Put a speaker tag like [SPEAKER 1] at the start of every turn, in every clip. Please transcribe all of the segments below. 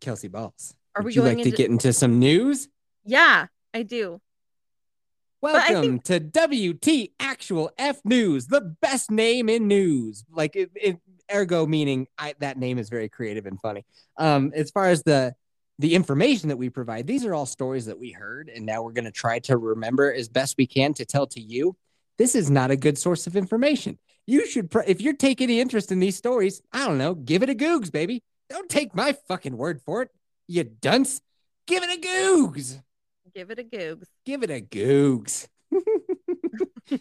[SPEAKER 1] Kelsey Balls.
[SPEAKER 2] Are
[SPEAKER 1] Would
[SPEAKER 2] we
[SPEAKER 1] you
[SPEAKER 2] going
[SPEAKER 1] like
[SPEAKER 2] into?
[SPEAKER 1] to get into some news?
[SPEAKER 2] yeah, I do. I
[SPEAKER 1] Welcome to WT Actual F News, the best name in news. Like, it, it, ergo meaning I, that name is very creative and funny. Um, as far as the the information that we provide, these are all stories that we heard, and now we're going to try to remember as best we can to tell to you. This is not a good source of information. You should, pr- if you take any interest in these stories, I don't know, give it a googs, baby. Don't take my fucking word for it, you dunce. Give it a googs
[SPEAKER 2] Give it a googs.
[SPEAKER 1] give it a googs.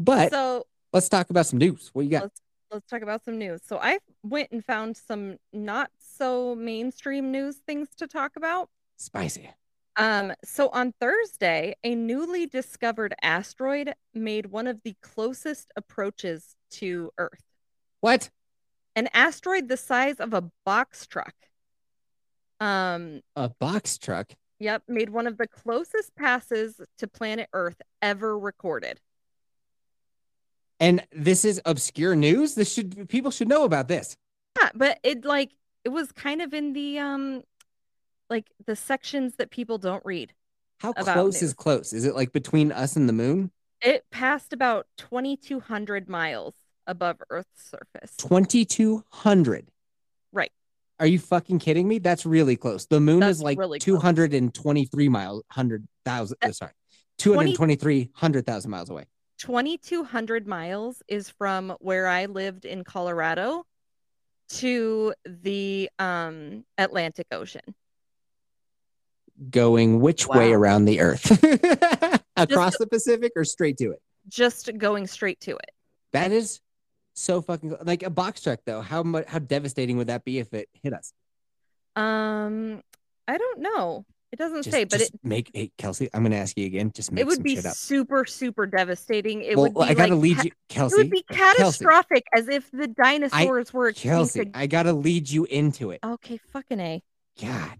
[SPEAKER 1] but
[SPEAKER 2] so
[SPEAKER 1] let's talk about some news. What you got?
[SPEAKER 2] Let's- let's talk about some news. So I went and found some not so mainstream news things to talk about.
[SPEAKER 1] Spicy.
[SPEAKER 2] Um, so on Thursday, a newly discovered asteroid made one of the closest approaches to Earth.
[SPEAKER 1] What?
[SPEAKER 2] An asteroid the size of a box truck. Um,
[SPEAKER 1] A box truck?
[SPEAKER 2] yep, made one of the closest passes to planet Earth ever recorded.
[SPEAKER 1] And this is obscure news. This should people should know about this.
[SPEAKER 2] Yeah, but it like it was kind of in the um like the sections that people don't read.
[SPEAKER 1] How
[SPEAKER 2] About
[SPEAKER 1] close
[SPEAKER 2] news.
[SPEAKER 1] is close? Is it like between us and the moon?
[SPEAKER 2] It passed about 2,200 miles above Earth's surface.
[SPEAKER 1] Twenty two hundred.
[SPEAKER 2] Right.
[SPEAKER 1] Are you fucking kidding me? That's really close. The moon
[SPEAKER 2] That's
[SPEAKER 1] is like
[SPEAKER 2] really close.
[SPEAKER 1] two hundred and twenty three miles, hundred thousand. uh,
[SPEAKER 2] That-
[SPEAKER 1] sorry, two hundred twenty three hundred thousand miles away.
[SPEAKER 2] 2,200 miles is from where I lived in Colorado to the um, Atlantic Ocean.
[SPEAKER 1] Going which way
[SPEAKER 2] Wow.
[SPEAKER 1] around the Earth? Across the Pacific or straight to it?
[SPEAKER 2] Just going straight to it.
[SPEAKER 1] That is so fucking like a box truck though. How much how devastating would that be if it hit us?
[SPEAKER 2] Um, I don't know. It doesn't
[SPEAKER 1] Just,
[SPEAKER 2] say, but
[SPEAKER 1] just
[SPEAKER 2] it
[SPEAKER 1] make hey, Kelsey, I'm gonna ask you again. Just make
[SPEAKER 2] it would
[SPEAKER 1] some
[SPEAKER 2] be
[SPEAKER 1] shit up.
[SPEAKER 2] super super devastating. It
[SPEAKER 1] well,
[SPEAKER 2] would be
[SPEAKER 1] I gotta
[SPEAKER 2] like
[SPEAKER 1] lead
[SPEAKER 2] ca-
[SPEAKER 1] you
[SPEAKER 2] It
[SPEAKER 1] Kelsey.
[SPEAKER 2] would be catastrophic, as if the dinosaurs were extinct.
[SPEAKER 1] Kelsey,
[SPEAKER 2] ag-
[SPEAKER 1] I gotta lead you into it.
[SPEAKER 2] Okay, fucking a.
[SPEAKER 1] God.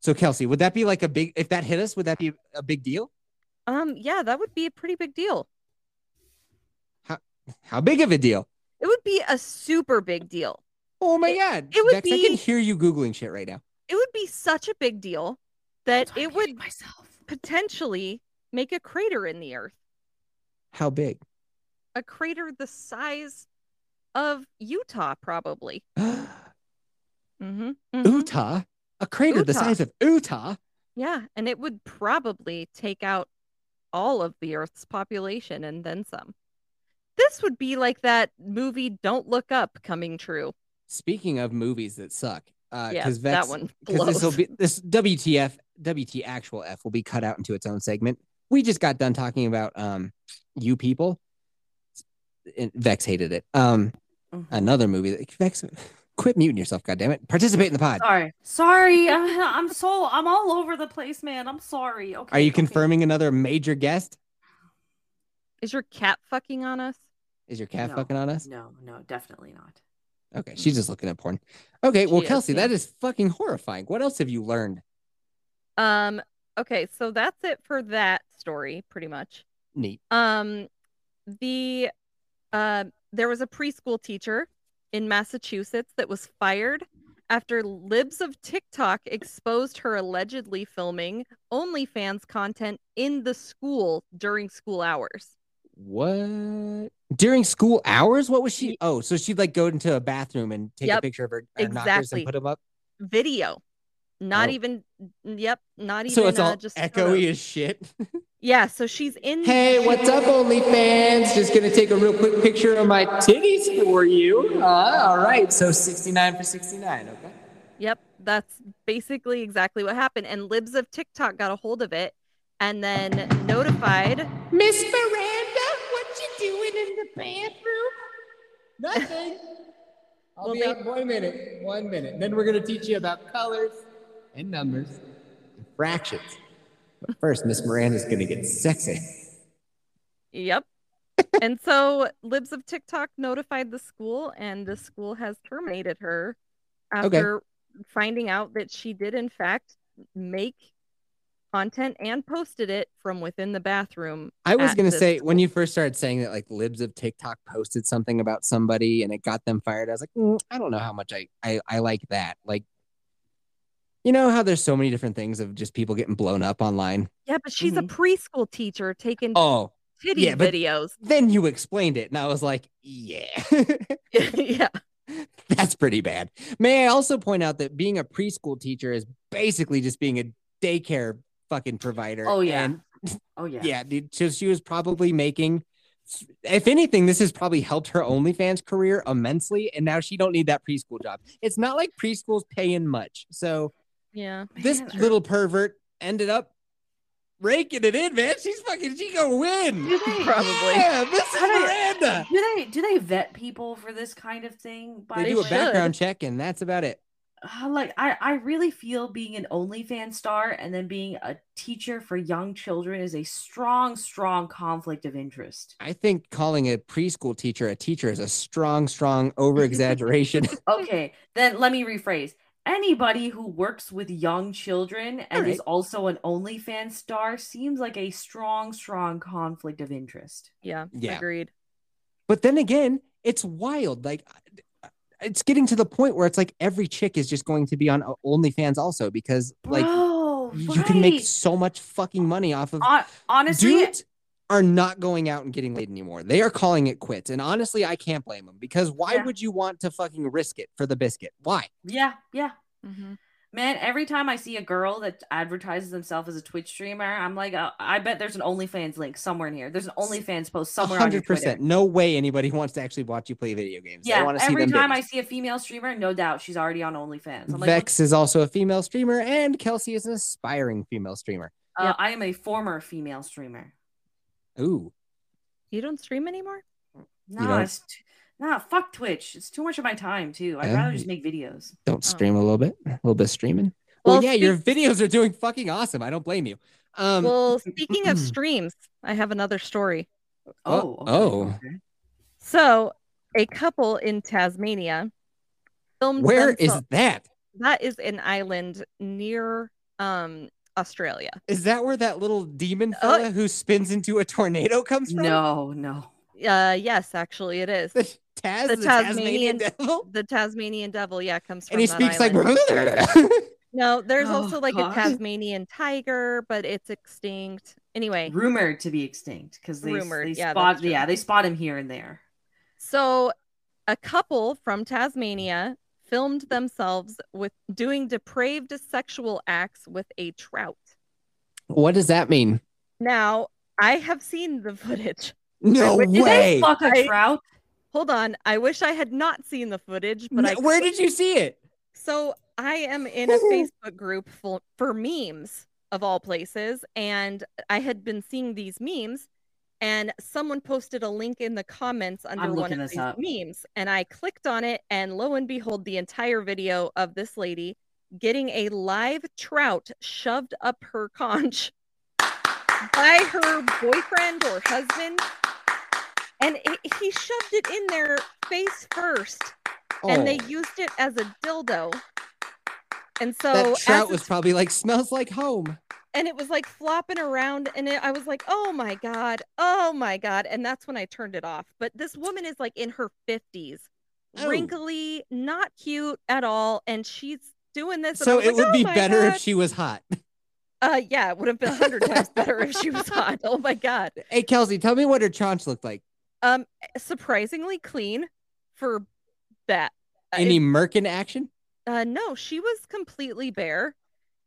[SPEAKER 1] So Kelsey, would that be like a big if that hit us, would that be a big deal?
[SPEAKER 2] Um, yeah, that would be a pretty big deal.
[SPEAKER 1] How big of a deal?
[SPEAKER 2] It would be a super big deal.
[SPEAKER 1] Oh my
[SPEAKER 2] It-
[SPEAKER 1] god.
[SPEAKER 2] it would
[SPEAKER 1] Dex, I can
[SPEAKER 2] be-
[SPEAKER 1] hear you Googling shit right now.
[SPEAKER 2] It would be such a big deal that
[SPEAKER 3] Sorry,
[SPEAKER 2] it
[SPEAKER 3] I'm
[SPEAKER 2] would
[SPEAKER 3] hitting myself.
[SPEAKER 2] potentially make a crater in the earth,
[SPEAKER 1] How big?
[SPEAKER 2] a crater the size of Utah, probably. Mm-hmm.
[SPEAKER 1] Utah? A crater the
[SPEAKER 2] Utah.
[SPEAKER 1] size of Utah.
[SPEAKER 2] Yeah. And it would probably take out all of the earth's population and then some. This would be like that movie Don't Look Up coming true.
[SPEAKER 1] Speaking of movies that suck, uh,
[SPEAKER 2] yeah.
[SPEAKER 1] because
[SPEAKER 2] that one
[SPEAKER 1] because this will
[SPEAKER 2] blows.
[SPEAKER 1] be this WTF WT actual F will be cut out into its own segment. We just got done talking about um you people. And Vex hated it. Um,
[SPEAKER 2] Mm-hmm.
[SPEAKER 3] Mhm.
[SPEAKER 1] another movie that Vex, quit muting yourself, goddamn it! Participate in the pod.
[SPEAKER 3] Sorry, sorry. I'm, I'm so I'm all over the place, man. I'm sorry. Okay.
[SPEAKER 1] Are you
[SPEAKER 3] okay.
[SPEAKER 1] confirming another major guest?
[SPEAKER 2] Is your cat fucking on us?
[SPEAKER 1] Is your cat
[SPEAKER 3] No.
[SPEAKER 1] fucking on us?
[SPEAKER 3] No, no, definitely not.
[SPEAKER 1] Okay, she's just looking at porn. Okay, well,
[SPEAKER 2] She is,
[SPEAKER 1] Kelsey,
[SPEAKER 2] yeah.
[SPEAKER 1] that is fucking horrifying. What else have you learned?
[SPEAKER 2] Um, okay, so that's it for that story, pretty much.
[SPEAKER 1] Neat.
[SPEAKER 2] Um, the uh, there was a preschool teacher in Massachusetts that was fired after libs of TikTok exposed her allegedly filming OnlyFans content in the school during school hours.
[SPEAKER 1] What during school hours? What was
[SPEAKER 2] Ye-
[SPEAKER 1] she? Oh, so she'd like go into a bathroom and take a
[SPEAKER 2] Yep,
[SPEAKER 1] picture of her, her knockers and
[SPEAKER 2] exactly.
[SPEAKER 1] put them up.
[SPEAKER 2] Video, not
[SPEAKER 1] Oh.
[SPEAKER 2] even. Yep, not even.
[SPEAKER 1] So it's
[SPEAKER 2] uh,
[SPEAKER 1] all
[SPEAKER 2] just photos.
[SPEAKER 1] echoey as shit.
[SPEAKER 2] Yeah, so she's in.
[SPEAKER 1] hey, what's up, OnlyFans? Just gonna take a real quick picture of my titties for you. Uh, all right, so sixty-nine for sixty-nine. Okay.
[SPEAKER 2] Yep, that's basically exactly what happened. And libs of TikTok got a hold of it and then notified.
[SPEAKER 1] Miss Miranda, what you doing in the bathroom? Nothing. I'll
[SPEAKER 2] Well,
[SPEAKER 1] be
[SPEAKER 2] they-
[SPEAKER 1] out in one minute. One minute. Then we're gonna teach you about colors and numbers and fractions. But first, Miss Miranda's gonna get sexy.
[SPEAKER 2] Yep. and so libs of TikTok notified the school, and the school has terminated her
[SPEAKER 1] Okay.
[SPEAKER 2] after finding out that she did, in fact, make content and posted it from within the bathroom.
[SPEAKER 1] I was
[SPEAKER 2] at
[SPEAKER 1] gonna
[SPEAKER 2] this
[SPEAKER 1] say when you first started saying that, like libs of TikTok posted something about somebody and it got them fired. I was like, "Mm, I don't know how much I I, I like that. Like, You know how there's so many different things of just people getting blown up online?
[SPEAKER 2] Yeah, but she's
[SPEAKER 3] Mhm.
[SPEAKER 2] a preschool teacher taking
[SPEAKER 1] Oh,
[SPEAKER 2] titty
[SPEAKER 1] yeah, but-
[SPEAKER 2] videos.
[SPEAKER 1] then you explained it. And I was like, yeah,
[SPEAKER 2] yeah.
[SPEAKER 1] that's pretty bad. May I also point out that being a preschool teacher is basically just being a daycare fucking provider.
[SPEAKER 3] Oh, yeah.
[SPEAKER 1] And
[SPEAKER 3] Oh yeah.
[SPEAKER 1] yeah, dude. So she was probably making, if anything, this has probably helped her OnlyFans career immensely. And now she don't need that preschool job. It's not like preschool's paying much. So
[SPEAKER 2] Yeah.
[SPEAKER 1] this
[SPEAKER 3] Man,
[SPEAKER 1] little pervert ended up raking it in, man. She's fucking, she gonna win.
[SPEAKER 3] do they,
[SPEAKER 2] Probably.
[SPEAKER 1] Yeah, this is
[SPEAKER 3] I don't-
[SPEAKER 1] Miranda.
[SPEAKER 3] do they do they vet people for this kind of thing? By
[SPEAKER 1] They
[SPEAKER 3] the
[SPEAKER 1] do a
[SPEAKER 3] way?
[SPEAKER 2] should.
[SPEAKER 1] background check, and that's about it.
[SPEAKER 3] Uh, like I, I really feel being an OnlyFans star and then being a teacher for young children is a strong, strong conflict of interest.
[SPEAKER 1] I think calling a preschool teacher a teacher is a strong, strong over exaggeration.
[SPEAKER 3] Okay, then let me rephrase. Anybody who works with young children and is also an OnlyFans star seems like a strong, strong conflict of interest.
[SPEAKER 2] Yeah.
[SPEAKER 1] Yeah.
[SPEAKER 2] Agreed.
[SPEAKER 1] but then again, it's wild. Like, uh, it's getting to the point where it's like every chick is just going to be on OnlyFans also because, like,
[SPEAKER 3] Bro,
[SPEAKER 1] you can make
[SPEAKER 3] right.
[SPEAKER 1] so much fucking money off of
[SPEAKER 3] Hon- honestly.
[SPEAKER 1] dudes are not going out and getting laid anymore. They are calling it quits. And honestly, I can't blame them because why
[SPEAKER 3] Yeah.
[SPEAKER 1] would you want to fucking risk it for the biscuit? Why?
[SPEAKER 3] Yeah, yeah.
[SPEAKER 2] Mm-hmm.
[SPEAKER 3] Man, every time I see a girl that advertises themself as a Twitch streamer, I'm like, uh, I bet there's an OnlyFans link somewhere in here. There's an OnlyFans post somewhere on your Twitter.
[SPEAKER 1] No way anybody wants to actually watch you play video games.
[SPEAKER 3] Yeah,
[SPEAKER 1] they want to see
[SPEAKER 3] every
[SPEAKER 1] them
[SPEAKER 3] time
[SPEAKER 1] bitches.
[SPEAKER 3] I see a female streamer, no doubt she's already on OnlyFans. I'm like,
[SPEAKER 1] Vex is also a female streamer, and Kelsey is an aspiring female streamer.
[SPEAKER 3] uh,
[SPEAKER 2] Yeah.
[SPEAKER 3] I am a former female streamer.
[SPEAKER 1] Ooh,
[SPEAKER 2] You don't stream anymore?
[SPEAKER 3] Nah,
[SPEAKER 1] know-
[SPEAKER 3] it's t- nah, fuck Twitch. It's too much of my time too. I'd
[SPEAKER 1] Yeah.
[SPEAKER 3] rather just make videos.
[SPEAKER 1] don't stream a little bit, a little bit of streaming. Well, yeah, your videos are doing fucking awesome. I don't blame you. Um,
[SPEAKER 2] well, speaking of streams, I have another story.
[SPEAKER 1] Oh,
[SPEAKER 3] Oh,
[SPEAKER 1] oh.
[SPEAKER 3] okay.
[SPEAKER 2] So, a couple in Tasmania filmed.
[SPEAKER 1] where is
[SPEAKER 2] themselves-
[SPEAKER 1] that?
[SPEAKER 2] that? Is an island near um Australia?
[SPEAKER 1] Is that where that little demon fella who spins into a tornado comes from?
[SPEAKER 3] Uh, No, no.
[SPEAKER 2] Uh, yes, actually, it is.
[SPEAKER 1] the Taz, the,
[SPEAKER 2] The
[SPEAKER 1] Tasmanian,
[SPEAKER 2] Tasmanian-
[SPEAKER 1] devil,
[SPEAKER 2] The Tasmanian devil, yeah, comes from.
[SPEAKER 1] and he
[SPEAKER 2] that
[SPEAKER 1] speaks
[SPEAKER 2] island.
[SPEAKER 1] like.
[SPEAKER 2] No, there's
[SPEAKER 3] Oh,
[SPEAKER 2] also like
[SPEAKER 3] God.
[SPEAKER 2] a Tasmanian tiger, but it's extinct. Anyway,
[SPEAKER 3] Rumored to be extinct because they,
[SPEAKER 2] Rumored,
[SPEAKER 3] they
[SPEAKER 2] yeah, that's
[SPEAKER 3] spot
[SPEAKER 2] true.
[SPEAKER 3] yeah they spot him here and there.
[SPEAKER 2] so a couple from Tasmania filmed themselves with doing depraved sexual acts with a trout.
[SPEAKER 1] what does that mean?
[SPEAKER 2] Now, I have seen the footage.
[SPEAKER 1] No
[SPEAKER 2] Wait,
[SPEAKER 3] Did
[SPEAKER 1] way.
[SPEAKER 3] they fuck a
[SPEAKER 2] I-
[SPEAKER 3] trout?
[SPEAKER 2] Hold on, I wish I had not seen the footage, but
[SPEAKER 1] No,
[SPEAKER 2] I
[SPEAKER 1] where did you see it?
[SPEAKER 2] So I am in
[SPEAKER 3] Mm-hmm.
[SPEAKER 2] a Facebook group full for memes of all places, and I had been seeing these memes, and someone posted a link in the comments under one
[SPEAKER 3] looking
[SPEAKER 2] of
[SPEAKER 3] this
[SPEAKER 2] these
[SPEAKER 3] up.
[SPEAKER 2] memes, and I clicked on it, and lo and behold, the entire video of this lady getting a live trout shoved up her conch by her boyfriend or husband. And it, he shoved it in there face first
[SPEAKER 1] Oh,
[SPEAKER 2] and they used it as a dildo. And so,
[SPEAKER 1] that
[SPEAKER 2] as
[SPEAKER 1] trout
[SPEAKER 2] it's-
[SPEAKER 1] was probably like smells like home.
[SPEAKER 2] and it was like flopping around, and it, I was like, "Oh my god, oh my god!" And that's when I turned it off. But this woman is like in her fifties,
[SPEAKER 1] Oh.
[SPEAKER 2] wrinkly, not cute at all, and she's doing this. and I
[SPEAKER 1] So
[SPEAKER 2] was
[SPEAKER 1] it
[SPEAKER 2] like,
[SPEAKER 1] would
[SPEAKER 2] "Oh
[SPEAKER 1] be
[SPEAKER 2] my
[SPEAKER 1] better
[SPEAKER 2] God."
[SPEAKER 1] if she was hot.
[SPEAKER 2] Uh, yeah, it would have been a hundred times better if she was hot. Oh my god,
[SPEAKER 1] Hey Kelsey, tell me what her chaunch looked like.
[SPEAKER 2] um, surprisingly clean for that. Uh,
[SPEAKER 1] Any merc in action?
[SPEAKER 2] uh, no, she was completely bare.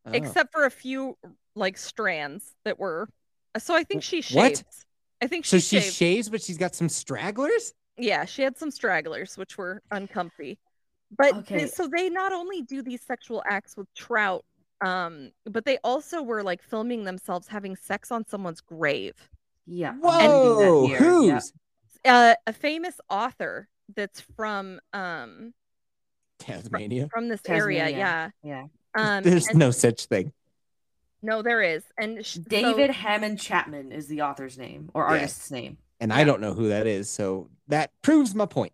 [SPEAKER 1] Oh.
[SPEAKER 2] except for a few like strands that were. So I think she shaved.
[SPEAKER 1] What?
[SPEAKER 2] I think
[SPEAKER 1] so
[SPEAKER 2] she,
[SPEAKER 1] she
[SPEAKER 2] shaved.
[SPEAKER 1] shaves, but she's got some stragglers.
[SPEAKER 2] yeah, she had some stragglers which were uncomfy. But they-
[SPEAKER 3] Okay.
[SPEAKER 2] so they not only do these sexual acts with trout, um, but they also were like filming themselves having sex on someone's grave.
[SPEAKER 3] Yeah. I'm reading that
[SPEAKER 1] Whoa,
[SPEAKER 3] here.
[SPEAKER 1] who's?
[SPEAKER 3] Yeah.
[SPEAKER 2] Uh, a famous author that's from um
[SPEAKER 1] Tasmania.
[SPEAKER 2] from this area, yeah,
[SPEAKER 3] Tasmania, yeah.
[SPEAKER 2] Um,
[SPEAKER 1] There's
[SPEAKER 2] and-
[SPEAKER 1] no such thing.
[SPEAKER 2] no, there is, and sh- so-
[SPEAKER 3] David Hammond Chapman is the author's name or
[SPEAKER 1] Yeah.
[SPEAKER 3] artist's name.
[SPEAKER 1] And I don't know who that is, so that proves my point.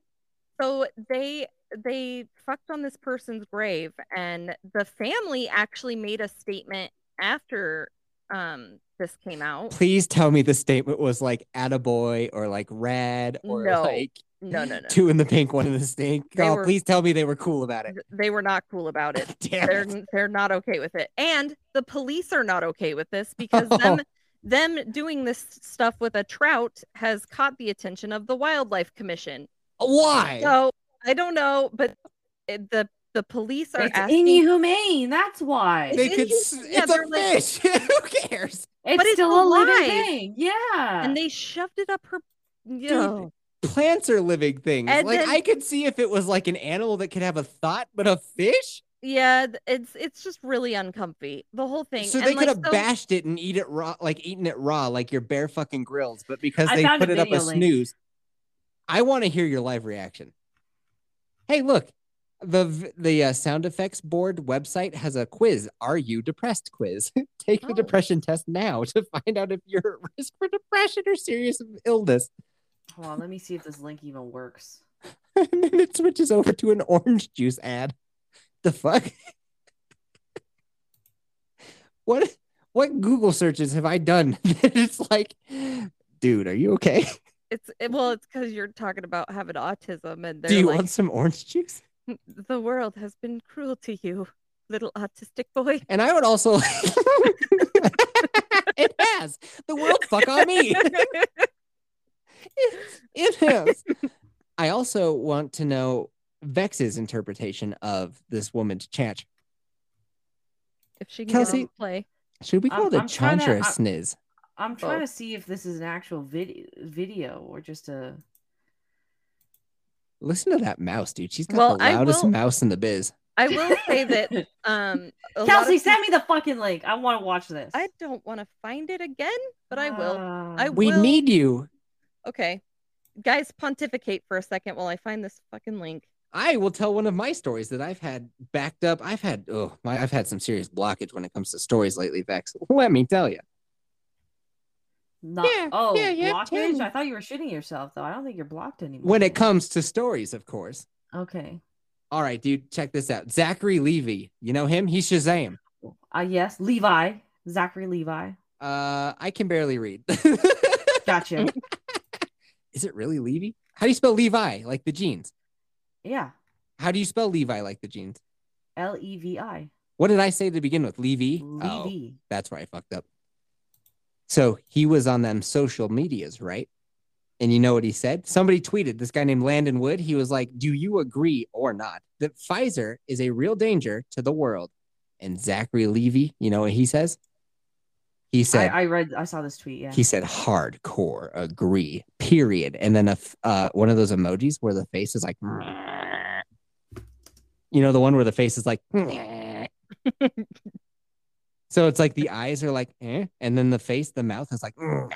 [SPEAKER 2] so they they fucked on this person's grave and the family actually made a statement after um this came out
[SPEAKER 1] Please tell me the statement was like attaboy or like rad or
[SPEAKER 2] No.
[SPEAKER 1] like
[SPEAKER 2] No, no, no.
[SPEAKER 1] Two in the pink, one in the stink.
[SPEAKER 2] They
[SPEAKER 1] oh,
[SPEAKER 2] were-
[SPEAKER 1] please tell me they were cool about it.
[SPEAKER 2] They were not cool about it.
[SPEAKER 1] Damn
[SPEAKER 2] They're
[SPEAKER 1] it.
[SPEAKER 2] they're not okay with it. And the police are not okay with this because them them doing this stuff with a trout has caught the attention of the wildlife commission.
[SPEAKER 1] Why?
[SPEAKER 2] So I don't know, but it, the the police are
[SPEAKER 3] It's
[SPEAKER 2] asking
[SPEAKER 3] inhumane. That's why.
[SPEAKER 1] they
[SPEAKER 2] it's
[SPEAKER 1] could.
[SPEAKER 2] inhu-
[SPEAKER 1] s-
[SPEAKER 2] yeah,
[SPEAKER 1] it's
[SPEAKER 2] they're like-
[SPEAKER 1] a fish. Who cares?
[SPEAKER 3] it's,
[SPEAKER 2] but it's
[SPEAKER 3] still a living
[SPEAKER 2] alive.
[SPEAKER 3] thing. Yeah.
[SPEAKER 2] and they shoved it up her Yo.
[SPEAKER 1] Plants are living things.
[SPEAKER 2] And
[SPEAKER 1] like
[SPEAKER 2] then-
[SPEAKER 1] I could see if it was like an animal that could have a thought, but a fish.
[SPEAKER 2] yeah th- it's it's just really uncomfy the whole thing
[SPEAKER 1] So
[SPEAKER 2] And,
[SPEAKER 1] they
[SPEAKER 2] like,
[SPEAKER 1] could have
[SPEAKER 2] so-
[SPEAKER 1] bashed it and eat it raw, like eaten it raw, like your bare fucking grills. But because
[SPEAKER 3] I
[SPEAKER 1] they
[SPEAKER 3] found a
[SPEAKER 1] put it up a
[SPEAKER 3] video link.
[SPEAKER 1] snooze, I want to hear your live reaction. Hey, look, the v- the uh, sound effects board website has a quiz. Are you depressed? Quiz. Take the
[SPEAKER 2] Oh.
[SPEAKER 1] depression test now to find out if you're at risk for depression or serious illness.
[SPEAKER 3] Hold on, let me see if this link even works.
[SPEAKER 1] And then it switches over to an orange juice ad. The fuck? what what Google searches have I done that it's like, dude, are you okay?
[SPEAKER 2] it's it, well it's because you're talking about having autism and they're
[SPEAKER 1] Do you
[SPEAKER 2] like
[SPEAKER 1] want some orange juice?
[SPEAKER 2] the world has been cruel to you little autistic boy
[SPEAKER 1] And I would also It has. The world fuck on me. it has. I also want to know Vex's interpretation of this woman's chat.
[SPEAKER 2] if she can
[SPEAKER 1] Kelsey-
[SPEAKER 2] get on the play
[SPEAKER 1] Should we call
[SPEAKER 3] I'm-
[SPEAKER 1] it a
[SPEAKER 3] I'm trying to-
[SPEAKER 1] chantra
[SPEAKER 3] I'm-
[SPEAKER 1] sniz?
[SPEAKER 3] I'm trying
[SPEAKER 2] Oh.
[SPEAKER 3] to see if this is an actual vid- video or just a.
[SPEAKER 1] Listen to that mouse, dude. She's got
[SPEAKER 2] Well,
[SPEAKER 1] the
[SPEAKER 2] I
[SPEAKER 1] loudest
[SPEAKER 2] will-
[SPEAKER 1] mouse in the biz.
[SPEAKER 2] i will say that um a lot
[SPEAKER 3] Kelsey,
[SPEAKER 2] of
[SPEAKER 3] send me the fucking link. I want to watch this.
[SPEAKER 2] peop- i don't want to find it again but i will I
[SPEAKER 3] Ah.
[SPEAKER 2] w-
[SPEAKER 1] We
[SPEAKER 2] Well-
[SPEAKER 1] need you.
[SPEAKER 2] okay guys pontificate for a second while i find this fucking link
[SPEAKER 1] I will tell one of my stories that I've had backed up. I've had oh my, I've had some serious blockage when it comes to stories lately, Vex. Let me tell you.
[SPEAKER 3] Not,
[SPEAKER 1] Yeah,
[SPEAKER 3] oh,
[SPEAKER 1] yeah, yeah, tell
[SPEAKER 3] blockage?
[SPEAKER 1] me.
[SPEAKER 3] I thought you were shitting yourself, though. I don't think you're blocked anymore.
[SPEAKER 1] When it comes to stories, of course.
[SPEAKER 3] Okay.
[SPEAKER 1] All right, dude, check this out. Zachary Levy, you know him? He's Shazam.
[SPEAKER 3] Uh, yes, Levi. Zachary Levi.
[SPEAKER 1] Uh, I can barely read.
[SPEAKER 3] Gotcha.
[SPEAKER 1] Is it really Levy? How do you spell Levi? Like the jeans?
[SPEAKER 3] yeah.
[SPEAKER 1] How do you spell Levi? Like the jeans?
[SPEAKER 3] L E V I.
[SPEAKER 1] What did I say to begin with? Levy. Oh.
[SPEAKER 3] Levi.
[SPEAKER 1] That's where I fucked up. So he was on them social medias, right? And you know what he said? Somebody tweeted this guy named Landon Wood. He was like, Do you agree or not that Pfizer is a real danger to the world? And Zachary Levy, you know what he says? He
[SPEAKER 3] I,
[SPEAKER 1] said,
[SPEAKER 3] I read, I saw this tweet. Yeah.
[SPEAKER 1] He said, Hardcore agree, period. And then a, f- uh, one of those emojis where the face is like, you know, the one where the face is like, so it's like the eyes are like, eh, and then the face, the mouth is like, no.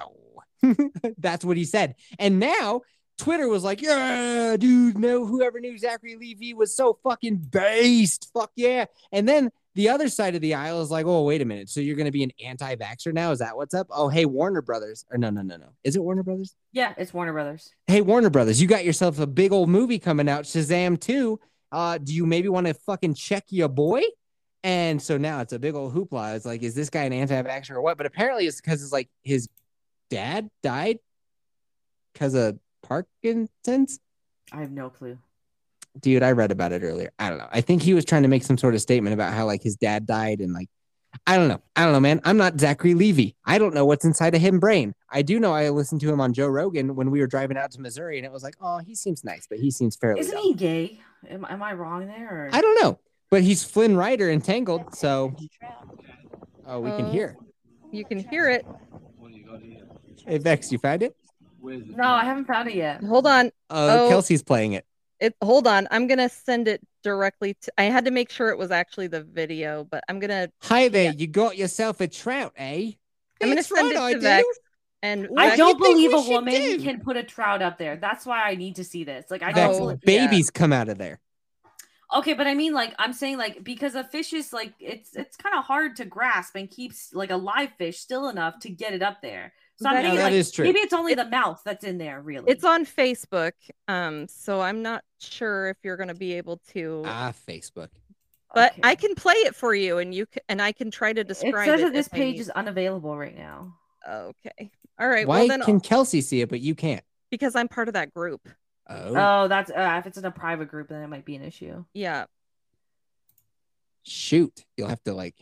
[SPEAKER 1] That's what he said. And now Twitter was like, yeah, dude, no, whoever knew Zachary Levy was so fucking based. Fuck yeah. And then the other side of the aisle is like, oh, wait a minute. So you're going to be an anti vaxxer now? Is that what's up? Oh, hey, Warner Brothers. Or no, no, no, no. Is it Warner Brothers?
[SPEAKER 3] yeah, it's Warner Brothers.
[SPEAKER 1] hey Warner Brothers, you got yourself a big old movie coming out, Shazam 2. Uh, do you maybe want to fucking check your boy? And so now it's a big old hoopla. It's like, is this guy an anti-vaxxer or what? But apparently it's because it's like his dad died because of Parkinson's.
[SPEAKER 3] I have no clue.
[SPEAKER 1] Dude, I read about it earlier. I don't know. I think he was trying to make some sort of statement about how like his dad died and like I don't know. I don't know, man. I'm not Zachary Levy. I don't know what's inside of him brain. I do know I listened to him on Joe Rogan when we were driving out to Missouri, and it was like, oh, he seems nice, but he seems fairly.
[SPEAKER 3] Isn't
[SPEAKER 1] dumb.
[SPEAKER 3] he gay? Am, am I wrong there? Or...
[SPEAKER 1] I don't know, but he's Flynn Rider entangled, so oh, we can
[SPEAKER 2] Oh.
[SPEAKER 1] hear.
[SPEAKER 2] you can hear it
[SPEAKER 1] Hey, Vex, you found it?
[SPEAKER 3] No, I haven't found it yet.
[SPEAKER 2] hold on
[SPEAKER 1] Oh,
[SPEAKER 2] Oh.
[SPEAKER 1] Kelsey's playing it.
[SPEAKER 2] it hold on i'm gonna send it directly to i had to make sure it was actually the video but i'm gonna
[SPEAKER 1] Hi there, you got yourself a trout, eh?
[SPEAKER 2] I'm gonna
[SPEAKER 1] That's
[SPEAKER 2] send
[SPEAKER 1] right,
[SPEAKER 2] it to
[SPEAKER 1] I do.
[SPEAKER 2] Vex and
[SPEAKER 3] I
[SPEAKER 1] What do
[SPEAKER 2] Vex-
[SPEAKER 1] you
[SPEAKER 3] don't
[SPEAKER 1] think we
[SPEAKER 3] believe a
[SPEAKER 1] should
[SPEAKER 3] woman
[SPEAKER 1] do?
[SPEAKER 3] can put a trout up there. That's why I need to see this. Like I
[SPEAKER 1] Vex,
[SPEAKER 3] don't.
[SPEAKER 2] Oh,
[SPEAKER 3] believe-
[SPEAKER 2] yeah.
[SPEAKER 1] babies come out of there.
[SPEAKER 3] Okay, but I mean, like I'm saying, like because a fish is like it's it's kind of hard to grasp and keeps like a live fish still enough to get it up there. So I'm
[SPEAKER 2] That-
[SPEAKER 3] thinking
[SPEAKER 2] No,
[SPEAKER 1] that
[SPEAKER 3] like
[SPEAKER 1] is true.
[SPEAKER 3] maybe it's only the mouth that's in there. Really,
[SPEAKER 2] it's on facebook um so i'm not sure if you're gonna be able to
[SPEAKER 1] Ah, Facebook.
[SPEAKER 2] but i
[SPEAKER 3] Okay.
[SPEAKER 2] can play it for you and you can, and i can try to
[SPEAKER 3] It
[SPEAKER 2] describe
[SPEAKER 3] says
[SPEAKER 2] it
[SPEAKER 3] that this
[SPEAKER 2] if I
[SPEAKER 3] page
[SPEAKER 2] need-
[SPEAKER 3] is unavailable right now.
[SPEAKER 2] okay all right
[SPEAKER 1] Why
[SPEAKER 2] well then
[SPEAKER 1] can Kelsey see it, but you can't?
[SPEAKER 2] because i'm part of that group
[SPEAKER 1] Oh,
[SPEAKER 3] Oh, that's uh, if it's in a private group, then it might be an issue.
[SPEAKER 2] Yeah.
[SPEAKER 1] shoot. You'll have to like.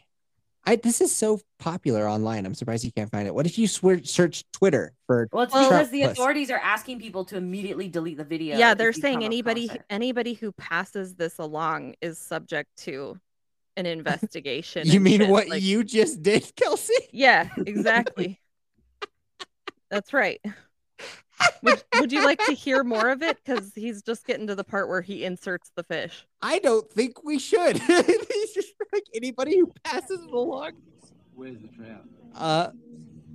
[SPEAKER 1] I, this is so popular online. I'm surprised you can't find it. What if you swear, search Twitter for?
[SPEAKER 3] Well, it's
[SPEAKER 2] Well-
[SPEAKER 3] because the
[SPEAKER 1] Plus.
[SPEAKER 3] authorities are asking people to immediately delete the video.
[SPEAKER 2] Yeah, they're
[SPEAKER 3] if you come
[SPEAKER 2] saying
[SPEAKER 3] across
[SPEAKER 2] anybody
[SPEAKER 3] it.
[SPEAKER 2] anybody who passes this along is subject to an investigation.
[SPEAKER 1] You
[SPEAKER 2] and
[SPEAKER 1] mean
[SPEAKER 2] shit,
[SPEAKER 1] what
[SPEAKER 2] like-
[SPEAKER 1] you just did, Kelsey?
[SPEAKER 2] Yeah, exactly. That's right. Would, would you like to hear more of it? Because he's just getting to the part where he inserts the fish.
[SPEAKER 1] I don't think we should. He's just like anybody who passes it along.
[SPEAKER 4] Where's the trout?
[SPEAKER 1] Uh,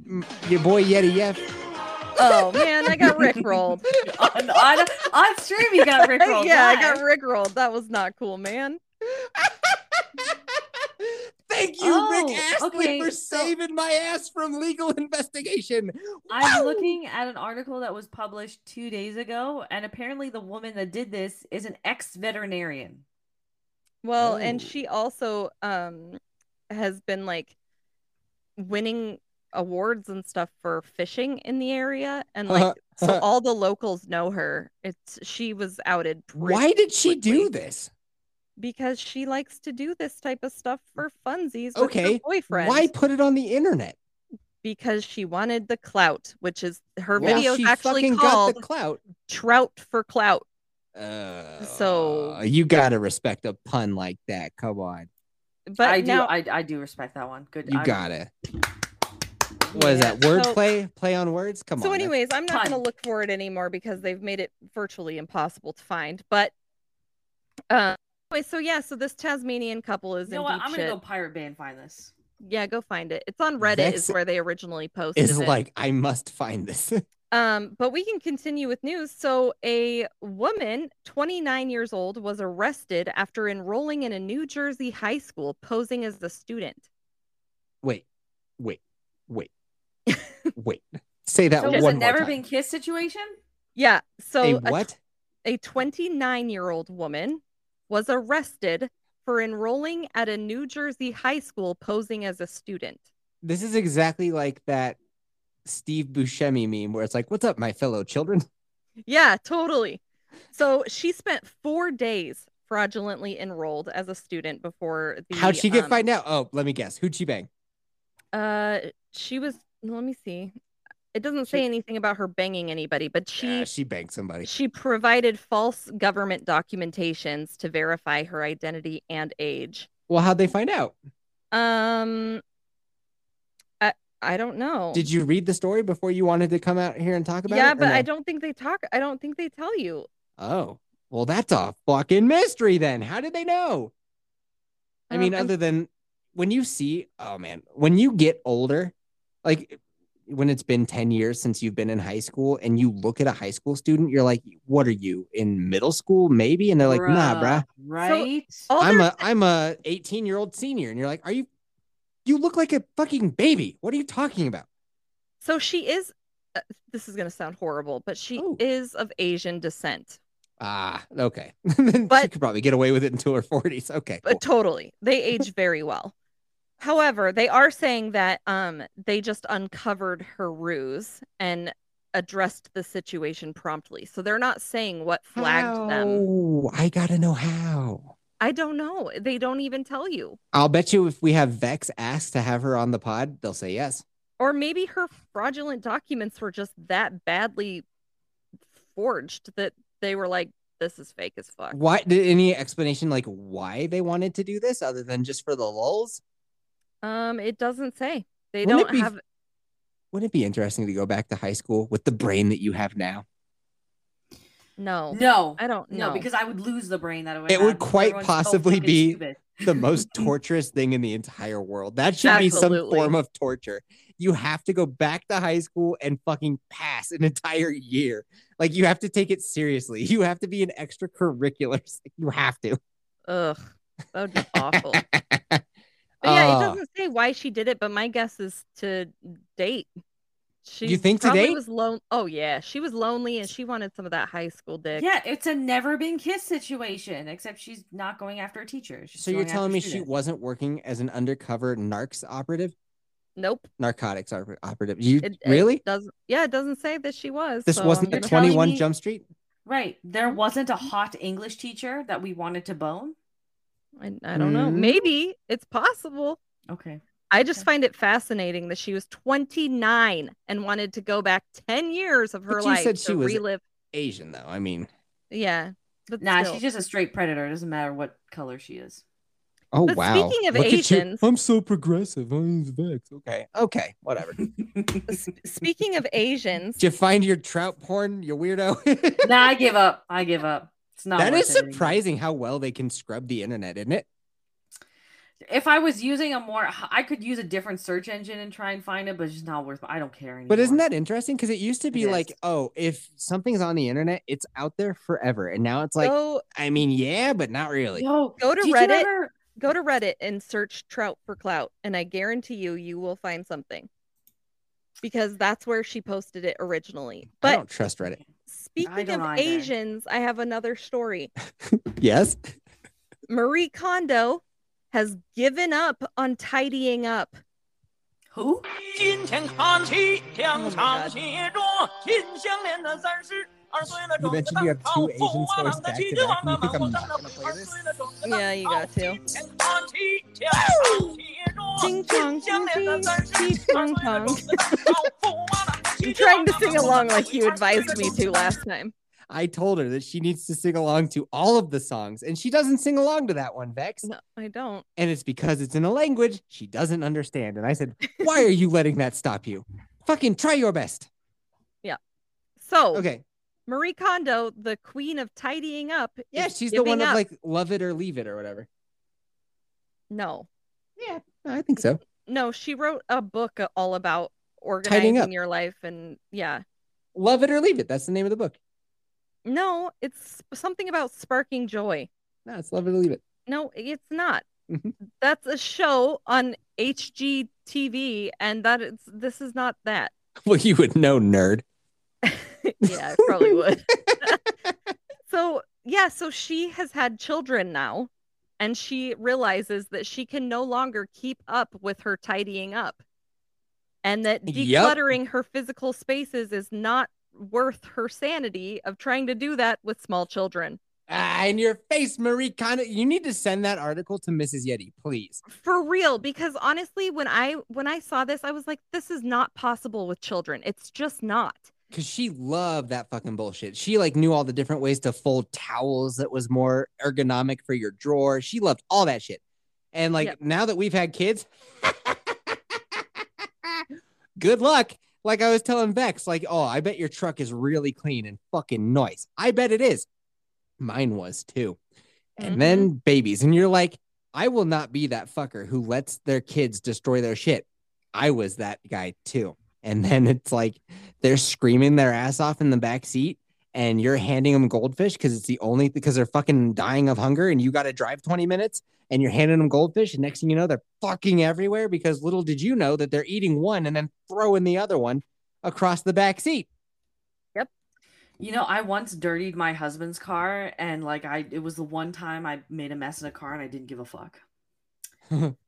[SPEAKER 1] m- your boy Yeti Yef.
[SPEAKER 2] Oh man, I got rickrolled.
[SPEAKER 3] on, on, on stream, you got
[SPEAKER 2] Oh,
[SPEAKER 3] rickrolled.
[SPEAKER 2] yeah, I
[SPEAKER 3] live.
[SPEAKER 2] got rickrolled. That was not cool, man.
[SPEAKER 1] Thank you, Rick
[SPEAKER 3] Oh,
[SPEAKER 1] Astley,
[SPEAKER 3] okay,
[SPEAKER 1] for
[SPEAKER 3] so-
[SPEAKER 1] saving my ass from legal investigation. Wow.
[SPEAKER 3] I'm looking at an article that was published two days ago, and apparently the woman that did this is an ex-veterinarian.
[SPEAKER 2] Well, and
[SPEAKER 1] Oh.
[SPEAKER 2] she also um has been like winning awards and stuff for fishing in the area and like so all the locals know her. It's she was outed
[SPEAKER 1] Why did she do
[SPEAKER 2] quickly.
[SPEAKER 1] this?
[SPEAKER 2] because she likes to do this type of stuff for funsies with
[SPEAKER 1] Okay,
[SPEAKER 2] her boyfriend
[SPEAKER 1] Why put it on the internet?
[SPEAKER 2] because she wanted the clout, which is her
[SPEAKER 1] Well,
[SPEAKER 2] video's
[SPEAKER 1] she
[SPEAKER 2] actually
[SPEAKER 1] fucking
[SPEAKER 2] called
[SPEAKER 1] got the clout.
[SPEAKER 2] Trout for Clout.
[SPEAKER 1] Uh,
[SPEAKER 2] So-
[SPEAKER 1] you gotta respect a pun like that. Come on,
[SPEAKER 2] But
[SPEAKER 3] I
[SPEAKER 2] now
[SPEAKER 3] do, I, I do respect that one. Good,
[SPEAKER 1] you
[SPEAKER 3] I'm-
[SPEAKER 1] gotta. What is
[SPEAKER 2] Yeah,
[SPEAKER 1] that? Word
[SPEAKER 2] so-
[SPEAKER 1] play? Play on words? Come
[SPEAKER 2] so,
[SPEAKER 1] on. that's-
[SPEAKER 2] anyways, I'm not going
[SPEAKER 3] Fun.
[SPEAKER 2] to look for it anymore because they've made it virtually impossible to find. But, uh, anyway, so yeah, so this Tasmanian couple is
[SPEAKER 3] You know
[SPEAKER 2] in
[SPEAKER 3] what?
[SPEAKER 2] deep
[SPEAKER 3] I'm gonna
[SPEAKER 2] shit.
[SPEAKER 3] go pirate bay and find this.
[SPEAKER 2] Yeah, go find it. It's on Reddit,
[SPEAKER 1] Vex
[SPEAKER 2] is where they originally posted.
[SPEAKER 1] is
[SPEAKER 2] it.
[SPEAKER 1] like I must find this.
[SPEAKER 2] Um, but we can continue with news. So, a woman, 29 years old, was arrested after enrolling in a New Jersey high school posing as a student.
[SPEAKER 1] wait, wait, wait, wait. Say that
[SPEAKER 3] so
[SPEAKER 1] one
[SPEAKER 3] has
[SPEAKER 1] more
[SPEAKER 3] it never
[SPEAKER 1] time.
[SPEAKER 3] been kissed situation?
[SPEAKER 2] Yeah. So,
[SPEAKER 1] a
[SPEAKER 2] a
[SPEAKER 1] what?
[SPEAKER 2] a 29 year old woman was arrested for enrolling at a New Jersey high school posing as a student.
[SPEAKER 1] This is exactly like that Steve Buscemi meme where it's like, "What's up, my fellow children?"
[SPEAKER 2] Yeah, totally. So she spent four days fraudulently enrolled as a student before the.
[SPEAKER 1] How'd she get
[SPEAKER 2] um,
[SPEAKER 1] find out? Oh, let me guess. Who'd she bang?
[SPEAKER 2] Uh, she was. Let me see. It doesn't
[SPEAKER 1] She-
[SPEAKER 2] say anything about her banging anybody, but she
[SPEAKER 1] Yeah, she banged somebody.
[SPEAKER 2] she provided false government documentations to verify her identity and age.
[SPEAKER 1] Well, how'd they find out?
[SPEAKER 2] Um, I I don't know.
[SPEAKER 1] Did you read the story before you wanted to come out here and talk about it?
[SPEAKER 2] Oh. yeah,
[SPEAKER 1] or
[SPEAKER 2] but I
[SPEAKER 1] no?
[SPEAKER 2] don't think they talk. I don't think they tell you.
[SPEAKER 1] Oh, well, that's a fucking mystery then. How did they know? I
[SPEAKER 2] Um,
[SPEAKER 1] mean,
[SPEAKER 2] I'm-
[SPEAKER 1] other than when you see, oh man, when you get older, like when it's been 10 years since you've been in high school and you look at a high school student, you're like, what are you in middle school? Maybe. And they're like, nah, bruh.
[SPEAKER 3] Right?
[SPEAKER 2] all
[SPEAKER 1] I'm
[SPEAKER 2] they're-
[SPEAKER 1] a I'm a 18 year old senior. And you're like, are you you look like a fucking baby. What are you talking about?
[SPEAKER 2] so she is. Uh, this is gonna sound horrible, but she
[SPEAKER 1] Oh.
[SPEAKER 2] is of Asian descent.
[SPEAKER 1] Ah, okay. then she
[SPEAKER 2] But-
[SPEAKER 1] could probably get away with it until her 40s. Okay.
[SPEAKER 2] But totally, they age very well. However, they are saying that um they just uncovered her ruse and addressed the situation promptly. So they're not saying what flagged them.
[SPEAKER 1] Oh, I gotta know how.
[SPEAKER 2] I don't know. They don't even tell you.
[SPEAKER 1] I'll bet you if we have Vex ask to have her on the pod, they'll say yes.
[SPEAKER 2] Or maybe her fraudulent documents were just that badly forged that they were like, this is fake as fuck.
[SPEAKER 1] Why did any explanation like why they wanted to do this other than just for the lulls?
[SPEAKER 2] Um, it doesn't say. They
[SPEAKER 1] Wouldn't it
[SPEAKER 2] don't
[SPEAKER 1] be-
[SPEAKER 2] have
[SPEAKER 1] Wouldn't it be interesting to go back to high school with the brain that you have now?
[SPEAKER 2] no.
[SPEAKER 3] No,
[SPEAKER 2] I don't know.
[SPEAKER 3] no, because oh. I would lose the brain that I would.
[SPEAKER 1] It would
[SPEAKER 3] have because
[SPEAKER 1] quite
[SPEAKER 3] everyone's so
[SPEAKER 1] possibly
[SPEAKER 3] fucking
[SPEAKER 1] be
[SPEAKER 3] stupid.
[SPEAKER 1] The most torturous thing in the entire world. That should be some
[SPEAKER 2] Absolutely.
[SPEAKER 1] form of torture. You have to go back to high school and fucking pass an entire year. Like you have to take it seriously. You have to be in extracurriculars. You have to.
[SPEAKER 2] Ugh. That would be awful. But yeah,
[SPEAKER 1] Ah.
[SPEAKER 2] Oh. it doesn't say why she did it, but my guess is to date. She
[SPEAKER 1] think to
[SPEAKER 2] probably
[SPEAKER 1] date?
[SPEAKER 2] was lone. Oh yeah, she was lonely and she wanted some of that high school dick.
[SPEAKER 3] Yeah, it's a never been kissed situation, except she's not going after a teacher. She's
[SPEAKER 1] So you're
[SPEAKER 3] going after
[SPEAKER 1] telling me she
[SPEAKER 3] students.
[SPEAKER 1] wasn't working as an undercover narcs operative,
[SPEAKER 2] Nope.
[SPEAKER 1] narcotics oper- operative? You
[SPEAKER 2] It, it
[SPEAKER 1] really?
[SPEAKER 2] doesn't. Yeah, it doesn't say that she was.
[SPEAKER 1] this
[SPEAKER 2] so
[SPEAKER 1] wasn't
[SPEAKER 2] I'm
[SPEAKER 1] the
[SPEAKER 2] gonna-
[SPEAKER 3] telling
[SPEAKER 1] 21
[SPEAKER 3] me-
[SPEAKER 1] Jump Street.
[SPEAKER 3] Right. There wasn't a hot English teacher that we wanted to bone.
[SPEAKER 2] I, I don't know.
[SPEAKER 1] Mm.
[SPEAKER 2] Maybe it's possible.
[SPEAKER 3] Okay.
[SPEAKER 2] I just
[SPEAKER 3] Okay.
[SPEAKER 2] find it fascinating that she was 29 and wanted to go back 10 years of her
[SPEAKER 1] But you
[SPEAKER 2] life
[SPEAKER 1] said
[SPEAKER 2] to
[SPEAKER 1] she was-
[SPEAKER 2] relive.
[SPEAKER 1] Asian though. I mean,
[SPEAKER 2] Yeah. But
[SPEAKER 3] Nah,
[SPEAKER 2] still.
[SPEAKER 3] she's just a straight predator. It doesn't matter what color she is.
[SPEAKER 1] oh
[SPEAKER 2] But
[SPEAKER 1] wow.
[SPEAKER 2] speaking of
[SPEAKER 1] Look at you.
[SPEAKER 2] Asians-
[SPEAKER 1] I'm so progressive. I'm vexed. Okay. Okay. Whatever. Did
[SPEAKER 2] S- Speaking of Asians,
[SPEAKER 1] you find your trout porn, you weirdo?
[SPEAKER 3] nah, I give up. I give up. It's not
[SPEAKER 1] that
[SPEAKER 3] worth
[SPEAKER 1] is
[SPEAKER 3] it anymore.
[SPEAKER 1] surprising how well they can scrub the internet, isn't it?
[SPEAKER 3] If I was using a more, I could use a different search engine and try and find it, but it's just not worth. I don't care anymore.
[SPEAKER 1] But isn't that interesting? Because it used to be
[SPEAKER 3] is.
[SPEAKER 1] like, oh, if something's on the internet, it's out there forever. And now it's like,
[SPEAKER 2] go
[SPEAKER 1] I mean, yeah, but not really.
[SPEAKER 3] Yo,
[SPEAKER 2] Go to
[SPEAKER 3] did you
[SPEAKER 2] Reddit.
[SPEAKER 3] ever-
[SPEAKER 2] go to Reddit and search trout for clout, and I guarantee you, you will find something because that's where she posted it originally.
[SPEAKER 1] I
[SPEAKER 2] But
[SPEAKER 1] don't trust Reddit.
[SPEAKER 2] speaking of
[SPEAKER 3] don't either.
[SPEAKER 2] Asians, I have another story.
[SPEAKER 1] Yes.
[SPEAKER 2] Marie Kondo has given up on tidying up.
[SPEAKER 3] Who?
[SPEAKER 4] 金钱看齐，两
[SPEAKER 2] Oh my
[SPEAKER 4] 场
[SPEAKER 2] God.
[SPEAKER 4] 协作，心相连的三十二岁了
[SPEAKER 1] You
[SPEAKER 4] 种子
[SPEAKER 1] mentioned you
[SPEAKER 4] 蛋
[SPEAKER 1] have
[SPEAKER 4] 糕
[SPEAKER 1] two，Asian
[SPEAKER 4] 红花
[SPEAKER 1] stories
[SPEAKER 4] 郎的
[SPEAKER 1] back
[SPEAKER 4] 旗
[SPEAKER 1] to
[SPEAKER 4] 帜
[SPEAKER 1] back.
[SPEAKER 4] 放
[SPEAKER 1] You
[SPEAKER 4] 的
[SPEAKER 1] think
[SPEAKER 4] 满
[SPEAKER 1] I'm
[SPEAKER 4] 我
[SPEAKER 1] not
[SPEAKER 4] 站了
[SPEAKER 1] gonna
[SPEAKER 4] 二
[SPEAKER 1] play
[SPEAKER 4] 岁了种子
[SPEAKER 2] Yeah,
[SPEAKER 4] 蛋
[SPEAKER 2] you
[SPEAKER 4] 糕
[SPEAKER 2] got，to.
[SPEAKER 4] 金
[SPEAKER 2] Ding dong,
[SPEAKER 4] 钱看齐，两场协作，心相连的三
[SPEAKER 2] ding
[SPEAKER 4] 十
[SPEAKER 2] dong,
[SPEAKER 4] 二岁了种子蛋糕，红花郎的旗
[SPEAKER 2] I'm
[SPEAKER 4] 帜
[SPEAKER 2] trying to
[SPEAKER 4] 放得
[SPEAKER 2] sing
[SPEAKER 4] 满我
[SPEAKER 2] along
[SPEAKER 4] 站
[SPEAKER 2] like you
[SPEAKER 4] 了二岁
[SPEAKER 2] advised
[SPEAKER 4] 了
[SPEAKER 2] me
[SPEAKER 4] 种
[SPEAKER 2] to
[SPEAKER 4] 子蛋
[SPEAKER 2] last time.
[SPEAKER 1] I told her that she needs to sing along to all of the songs, and she doesn't sing along to that one, Vex.
[SPEAKER 2] No, I don't.
[SPEAKER 1] And it's because it's in a language she doesn't understand. And I said, Why are you letting that stop you? Fucking try your best.
[SPEAKER 3] Oh,
[SPEAKER 2] So,
[SPEAKER 1] Okay.
[SPEAKER 2] Marie Kondo, the queen of tidying up. is
[SPEAKER 1] Yeah, she's the one
[SPEAKER 2] giving
[SPEAKER 1] of
[SPEAKER 2] up.
[SPEAKER 1] like love it or leave it or whatever.
[SPEAKER 2] No,
[SPEAKER 1] I think so.
[SPEAKER 2] no, she wrote a book a- all about
[SPEAKER 1] Tidying up.
[SPEAKER 2] organizing your life and yeah.
[SPEAKER 1] Love it or leave it. That's the name of the book.
[SPEAKER 2] No, it's sp- something about sparking joy.
[SPEAKER 1] No, it's love it or leave it.
[SPEAKER 2] No, it's not.
[SPEAKER 1] Mhm.
[SPEAKER 2] That's a show on HGTV, and that is this is not that.
[SPEAKER 1] Well, you would know, nerd.
[SPEAKER 2] yeah, I probably would. so, yeah, so she has had children now, and she realizes that she can no longer keep up with her tidying up, and that
[SPEAKER 1] Yep.
[SPEAKER 2] decluttering her physical spaces is not worth her sanity of trying to do that with small children.
[SPEAKER 1] Ah, in your face, Marie Kondo. You need to send that article to Mrs. Yeti, please.
[SPEAKER 2] For real, because honestly, when I when I saw this, I was like, this is not possible with children. It's just not.
[SPEAKER 1] Cause she loved that fucking bullshit. She like knew all the different ways to fold towels that was more ergonomic for your drawer. She loved all that shit. And like
[SPEAKER 2] Yep.
[SPEAKER 1] now that we've had kids, good luck. Like I was telling Vex, like, oh, I bet your truck is really clean and fucking nice. I bet it is. Mine was too. and
[SPEAKER 2] Mhm.
[SPEAKER 1] then babies. And you're like, I will not be that fucker who lets their kids destroy their shit. I was that guy too. And then it's like they're screaming their ass off in the back seat and you're handing them goldfish because it's the only because they're fucking dying of hunger and you got to drive 20 minutes and you're handing them goldfish and next thing you know they're fucking everywhere because little did you know that they're eating one and then throwing the other one across the back seat.
[SPEAKER 3] You know, I once dirtied my husband's car, and like I, it was the one time I made a mess in a car, and I didn't give a fuck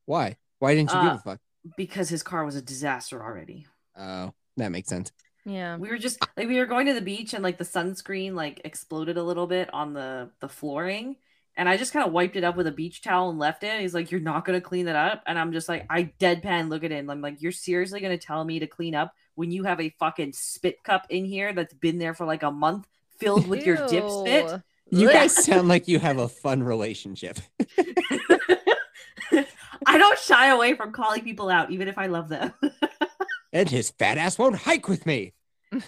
[SPEAKER 1] Why? Why didn't you give
[SPEAKER 3] Uh,
[SPEAKER 1] a fuck?
[SPEAKER 3] because his car was a disaster already.
[SPEAKER 1] Oh, that makes sense.
[SPEAKER 2] Yeah.
[SPEAKER 3] We were just like we were going to the beach, and like the sunscreen like exploded a little bit on the the flooring, and I just kind of wiped it up with a beach towel and left it. He's like, "You're not gonna clean that up," and I'm just like, I deadpan look at him. I'm like, "You're seriously gonna tell me to clean up when you have a fucking spit cup in here that's been there for like a month, filled with your dip spit?"
[SPEAKER 2] Ew.
[SPEAKER 1] You
[SPEAKER 2] Blech.
[SPEAKER 1] guys sound like you have a fun relationship.
[SPEAKER 3] I don't shy away from calling people out, even if I love them.
[SPEAKER 1] And his fat ass won't hike with me.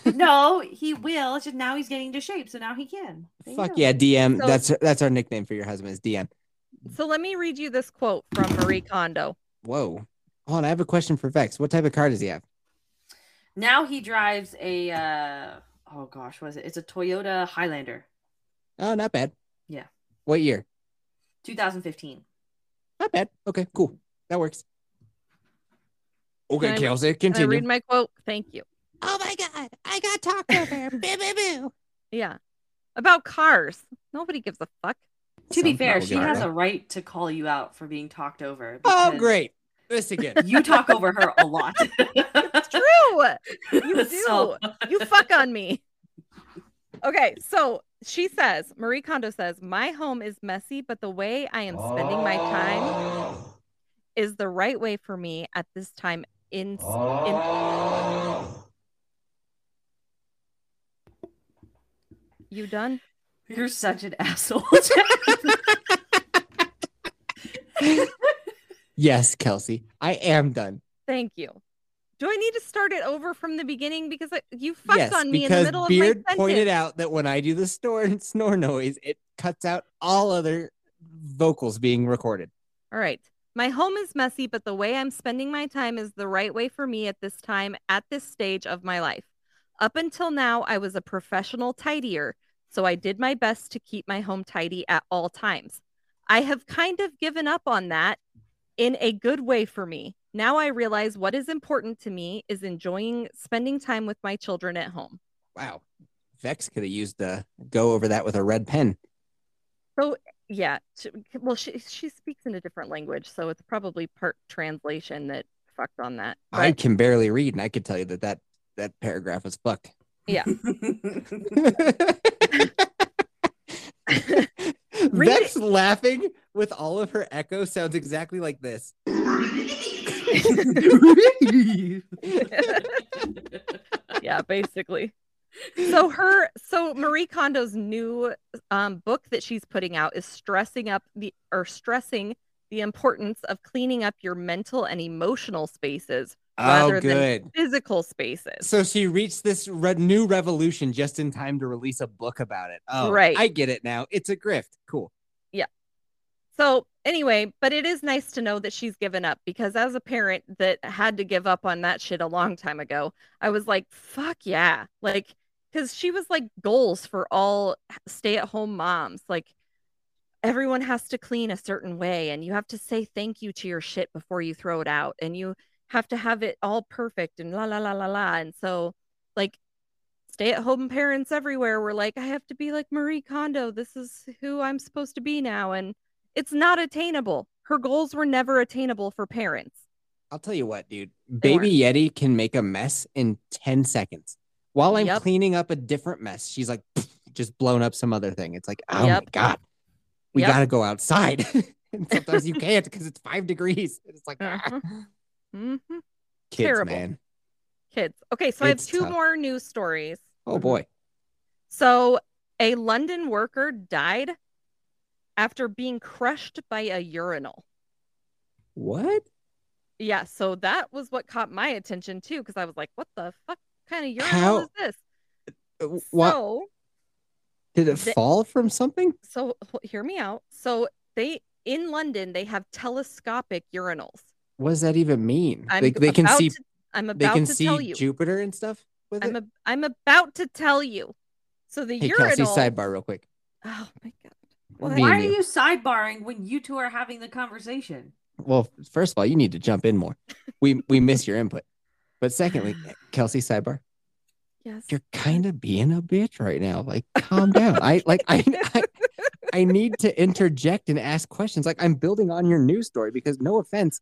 [SPEAKER 3] no, he will. It's just now he's getting into shape, so now he can. There you
[SPEAKER 1] Fuck
[SPEAKER 3] go.
[SPEAKER 1] yeah, DM.
[SPEAKER 2] So-
[SPEAKER 1] that's that's our nickname for your husband is DM.
[SPEAKER 2] So let me read you this quote from Marie Kondo.
[SPEAKER 1] Whoa. Hold on, I have a question for Vex. What type of car does he have?
[SPEAKER 3] Now he drives a uh oh gosh, what is it? It's a Toyota Highlander,
[SPEAKER 1] Oh, not bad.
[SPEAKER 3] Yeah.
[SPEAKER 1] What year?
[SPEAKER 3] 2015.
[SPEAKER 1] Not bad. Okay, cool. That works. Okay,
[SPEAKER 2] Can I-
[SPEAKER 1] Kelsey,
[SPEAKER 2] Can I
[SPEAKER 1] continue.
[SPEAKER 2] read my quote? Thank you.
[SPEAKER 1] oh my god, I got talked over. boo, boo, boo.
[SPEAKER 2] Yeah. About cars. Nobody gives a fuck.
[SPEAKER 3] To be
[SPEAKER 1] Sounds
[SPEAKER 3] fair,
[SPEAKER 1] about
[SPEAKER 3] she
[SPEAKER 1] right.
[SPEAKER 3] has a right to call you out for being talked over.
[SPEAKER 1] Oh
[SPEAKER 3] because
[SPEAKER 1] great. This again.
[SPEAKER 3] You talk over her a lot.
[SPEAKER 2] True. You do.
[SPEAKER 3] So-
[SPEAKER 2] You fuck on me. Okay, so she says, Marie Kondo says, My home is messy, but the way I am spending my time is the right way for me at this time in you done?
[SPEAKER 3] You're such an asshole.
[SPEAKER 1] Yes, Kelsey, I am done.
[SPEAKER 2] Thank you. Do I need to start it over from the beginning? Because I, you fucked
[SPEAKER 1] yes,
[SPEAKER 2] on me in
[SPEAKER 1] because
[SPEAKER 2] the middle
[SPEAKER 1] Beard
[SPEAKER 2] of my sentence.
[SPEAKER 1] pointed out that when I do the snore and snore noise, it cuts out all other vocals being recorded.
[SPEAKER 2] All right. My home is messy, but the way I'm spending my time is the right way for me at this time, at this stage of my life. Up until now, I was a professional tidier, so I did my best to keep my home tidy at all times. I have kind of given up on that in a good way for me. Now I realize what is important to me is enjoying spending time with my children at home.
[SPEAKER 1] Wow. Vex could have used the go over that with a red pen.
[SPEAKER 2] Yeah. sh- Well, she, she speaks in a different language, so it's probably part translation that fucked on that.
[SPEAKER 1] I can barely read, and I could tell you that that, that paragraph was fucked. Vex laughing with all of her echo sounds exactly like this.
[SPEAKER 2] yeah, basically. So her so Marie Kondo's new um, book that she's putting out is stressing up the or stressing the importance of cleaning up your mental and emotional spaces,
[SPEAKER 1] oh,
[SPEAKER 2] Rather than-
[SPEAKER 1] good.
[SPEAKER 2] physical spaces.
[SPEAKER 1] So she reached this re- new revolution just in time to release a book about it. Oh,
[SPEAKER 2] Right.
[SPEAKER 1] I get it now. It's a grift. Cool.
[SPEAKER 2] So anyway, but it is nice to know that she's given up because as a parent that had to give up on that shit a long time ago, I was like, fuck yeah. Like, because she was like goals for all stay at home moms. Like, everyone has to clean a certain way and you have to say thank you to your shit before you throw it out and you have to have it all perfect and la la la la la. And so, like, stay at home parents everywhere were like, I have to be like Marie Kondo. This is who I'm supposed to be now. And it's not attainable. Her goals were never attainable for parents.
[SPEAKER 1] I'll tell you what, dude.
[SPEAKER 2] weren't.
[SPEAKER 1] Baby Yeti can make a mess in 10 seconds. While I'm
[SPEAKER 2] Yep.
[SPEAKER 1] cleaning up a different mess, she's like, "Pfft," just blown up some other thing. It's like, oh my
[SPEAKER 2] Yep.
[SPEAKER 1] God, we
[SPEAKER 2] Yep.
[SPEAKER 1] got to go outside. and sometimes you can't because it's five degrees. It's like, ah,
[SPEAKER 2] Mhm. Mhm.
[SPEAKER 1] kids,
[SPEAKER 2] Terrible.
[SPEAKER 1] man.
[SPEAKER 2] Kids. Okay, so I have
[SPEAKER 1] It's
[SPEAKER 2] two
[SPEAKER 1] tough.
[SPEAKER 2] more news stories.
[SPEAKER 1] Oh boy.
[SPEAKER 2] So, a London worker died after being crushed by a urinal.
[SPEAKER 1] What?
[SPEAKER 2] Yeah, so that was what caught my attention too, because I was like, what the fuck kind of urinal
[SPEAKER 1] How-
[SPEAKER 2] is this?
[SPEAKER 1] Uh, What?
[SPEAKER 2] So,
[SPEAKER 1] Did it
[SPEAKER 2] the-
[SPEAKER 1] fall from something?
[SPEAKER 2] so h- hear me out. So, they in London, they have telescopic urinals.
[SPEAKER 1] What does that even mean?
[SPEAKER 2] I'm
[SPEAKER 1] They, they can
[SPEAKER 2] about
[SPEAKER 1] see
[SPEAKER 2] to- I'm about
[SPEAKER 1] they can
[SPEAKER 2] to tell
[SPEAKER 1] see
[SPEAKER 2] you.
[SPEAKER 1] Jupiter and stuff with it.
[SPEAKER 2] I'm a, I'm about to tell you. So the
[SPEAKER 1] Hey, Kelsey,
[SPEAKER 2] urinal.
[SPEAKER 1] sidebar real quick.
[SPEAKER 2] Oh my god.
[SPEAKER 1] We're
[SPEAKER 2] Well,
[SPEAKER 1] being
[SPEAKER 2] that-
[SPEAKER 3] Why are
[SPEAKER 1] you.
[SPEAKER 3] you sidebarring when you two are having the conversation?
[SPEAKER 1] Well, first of all, you need to jump in more. We we miss your input. But secondly, Kelsey, sidebar,
[SPEAKER 2] Yes.
[SPEAKER 1] you're kind of being a bitch right now. Like, calm down. I like I, I I need to interject and ask questions. Like, I'm building on your news story because no offense,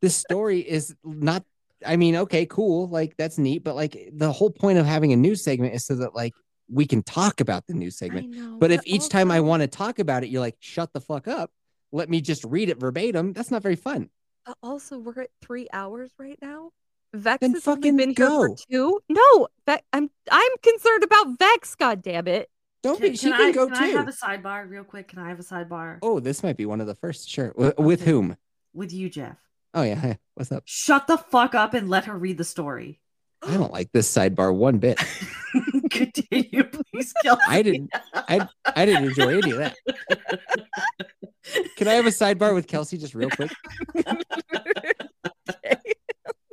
[SPEAKER 1] this story is not. I mean, okay, cool. Like, that's neat. But like, the whole point of having a news segment is so that like we can talk about the news segment.
[SPEAKER 2] I know,
[SPEAKER 1] But if each time I
[SPEAKER 2] also-
[SPEAKER 1] want to talk about it, you're like, shut the fuck up. Let me just read it verbatim. That's not very fun.
[SPEAKER 2] but Uh, also we're at three hours right now. Vex
[SPEAKER 1] Then
[SPEAKER 2] has only
[SPEAKER 1] fucking
[SPEAKER 2] been here
[SPEAKER 1] go.
[SPEAKER 2] for two. No, Ve- I'm I'm concerned about Vex. God damn it.
[SPEAKER 1] Don't be. Oh, She can,
[SPEAKER 3] I,
[SPEAKER 1] go
[SPEAKER 3] can I
[SPEAKER 1] too.
[SPEAKER 3] have a sidebar real quick? Can I have a sidebar
[SPEAKER 1] oh, this might be one of the first. Sure. W- with
[SPEAKER 3] Okay.
[SPEAKER 1] whom?
[SPEAKER 3] with you, Jeff?
[SPEAKER 1] Oh yeah. Hey, What's up?
[SPEAKER 3] Shut the fuck up and let her read the story.
[SPEAKER 1] I don't like this sidebar one bit.
[SPEAKER 3] Continue, please, Kelsey.
[SPEAKER 1] I didn't. I didn't enjoy any of that. Can I have a sidebar with Kelsey just real quick?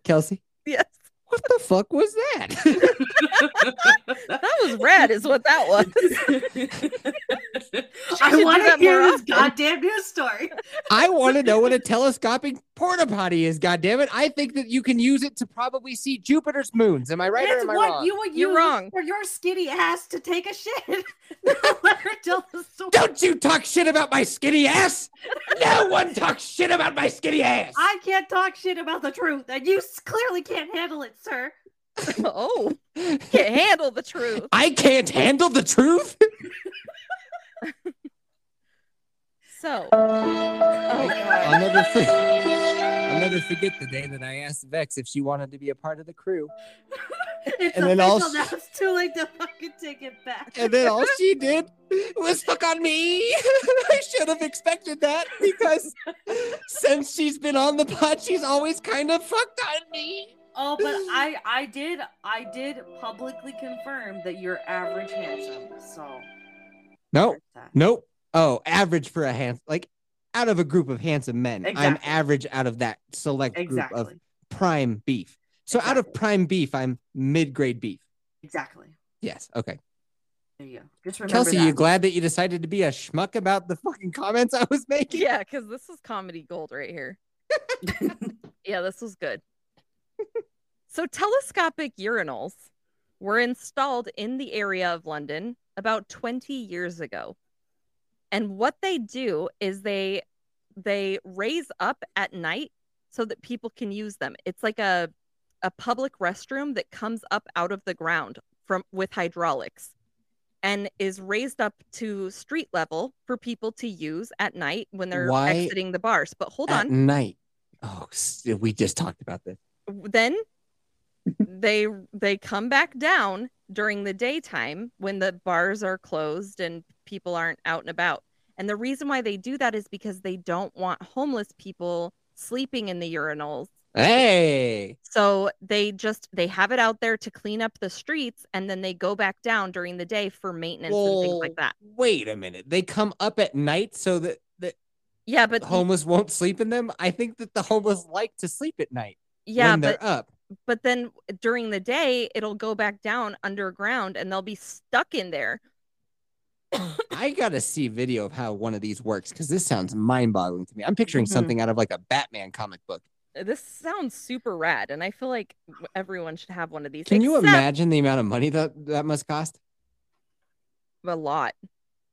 [SPEAKER 1] Kelsey,
[SPEAKER 2] Yes,
[SPEAKER 1] what the fuck was that?
[SPEAKER 2] that was rad, is what that was. should
[SPEAKER 3] I
[SPEAKER 2] do
[SPEAKER 3] want to
[SPEAKER 2] that
[SPEAKER 3] hear
[SPEAKER 2] more
[SPEAKER 3] this
[SPEAKER 2] often.
[SPEAKER 3] goddamn news story.
[SPEAKER 1] I want to know what a telescopic porta potty is. God damn it! I think that you can use it to probably see Jupiter's moons. Am I right
[SPEAKER 3] That's
[SPEAKER 1] or am I
[SPEAKER 3] what
[SPEAKER 1] wrong?
[SPEAKER 3] you would
[SPEAKER 2] You're
[SPEAKER 3] use
[SPEAKER 2] wrong.
[SPEAKER 3] for your skinny ass to take a shit. Let her tell the story.
[SPEAKER 1] Don't you talk shit about my skinny ass! No one talks shit about my skinny ass!
[SPEAKER 3] I can't talk shit about the truth, and you s- clearly can't handle it, sir.
[SPEAKER 2] oh, can't handle the truth.
[SPEAKER 1] I can't handle the truth.
[SPEAKER 2] So,
[SPEAKER 3] Oh,
[SPEAKER 1] I'll never forget. I'll never forget the day that I asked Vex if she wanted to be a part of the crew,
[SPEAKER 3] it's
[SPEAKER 1] And then all
[SPEAKER 3] official
[SPEAKER 1] s-
[SPEAKER 3] now. It's too late to fucking take it back.
[SPEAKER 1] and then all she did was hook on me. I should have expected that because since she's been on the pod, she's always kind of fucked on me.
[SPEAKER 3] Oh, but I I did I did publicly confirm that you're average handsome. So
[SPEAKER 1] No,
[SPEAKER 3] there's that.
[SPEAKER 1] Nope. Oh, average for a handsome, like out of a group of handsome men, I'm
[SPEAKER 3] Exactly.
[SPEAKER 1] average out of that select
[SPEAKER 3] exactly.
[SPEAKER 1] group of prime beef. So out of
[SPEAKER 3] Exactly.
[SPEAKER 1] prime beef, I'm mid grade beef.
[SPEAKER 3] Exactly.
[SPEAKER 1] Yes. Okay.
[SPEAKER 3] There you go. Just remember
[SPEAKER 1] Kelsey,
[SPEAKER 3] that.
[SPEAKER 1] you glad that you decided to be a schmuck about the fucking comments I was making?
[SPEAKER 2] yeah, because this is comedy gold right here. Yeah, this was good. so, telescopic urinals were installed in the area of London about 20 years ago. And what they do is they they raise up at night so that people can use them. It's like a a public restroom that comes up out of the ground from with hydraulics and is raised up to street level for people to use at night when they're
[SPEAKER 1] Why
[SPEAKER 2] exiting the bars. But hold
[SPEAKER 1] At
[SPEAKER 2] on.
[SPEAKER 1] night. Oh, s- we just talked about this.
[SPEAKER 2] then they they come back down during the daytime when the bars are closed and people aren't out and about. And the reason why they do that is because they don't want homeless people sleeping in the urinals.
[SPEAKER 1] Hey.
[SPEAKER 2] So they just they have it out there to clean up the streets and then they go back down during the day for maintenance and things
[SPEAKER 1] Whoa,
[SPEAKER 2] like that.
[SPEAKER 1] Wait a minute. They come up at night so that the
[SPEAKER 2] Yeah, but
[SPEAKER 1] homeless won't sleep in them. I think that the homeless like to sleep at night
[SPEAKER 2] yeah,
[SPEAKER 1] when
[SPEAKER 2] but
[SPEAKER 1] they're up.
[SPEAKER 2] but then during the day it'll go back down underground and they'll be stuck in there.
[SPEAKER 1] I gotta see video of how one of these works because this sounds mind-boggling to me. I'm picturing
[SPEAKER 3] Mhm.
[SPEAKER 2] Mm-hmm.
[SPEAKER 1] something out of like a Batman comic book.
[SPEAKER 2] Uh, this sounds super rad and i feel like w- everyone should have one of these
[SPEAKER 1] Can you
[SPEAKER 2] except
[SPEAKER 1] imagine the amount of money that that must cost?
[SPEAKER 2] a lot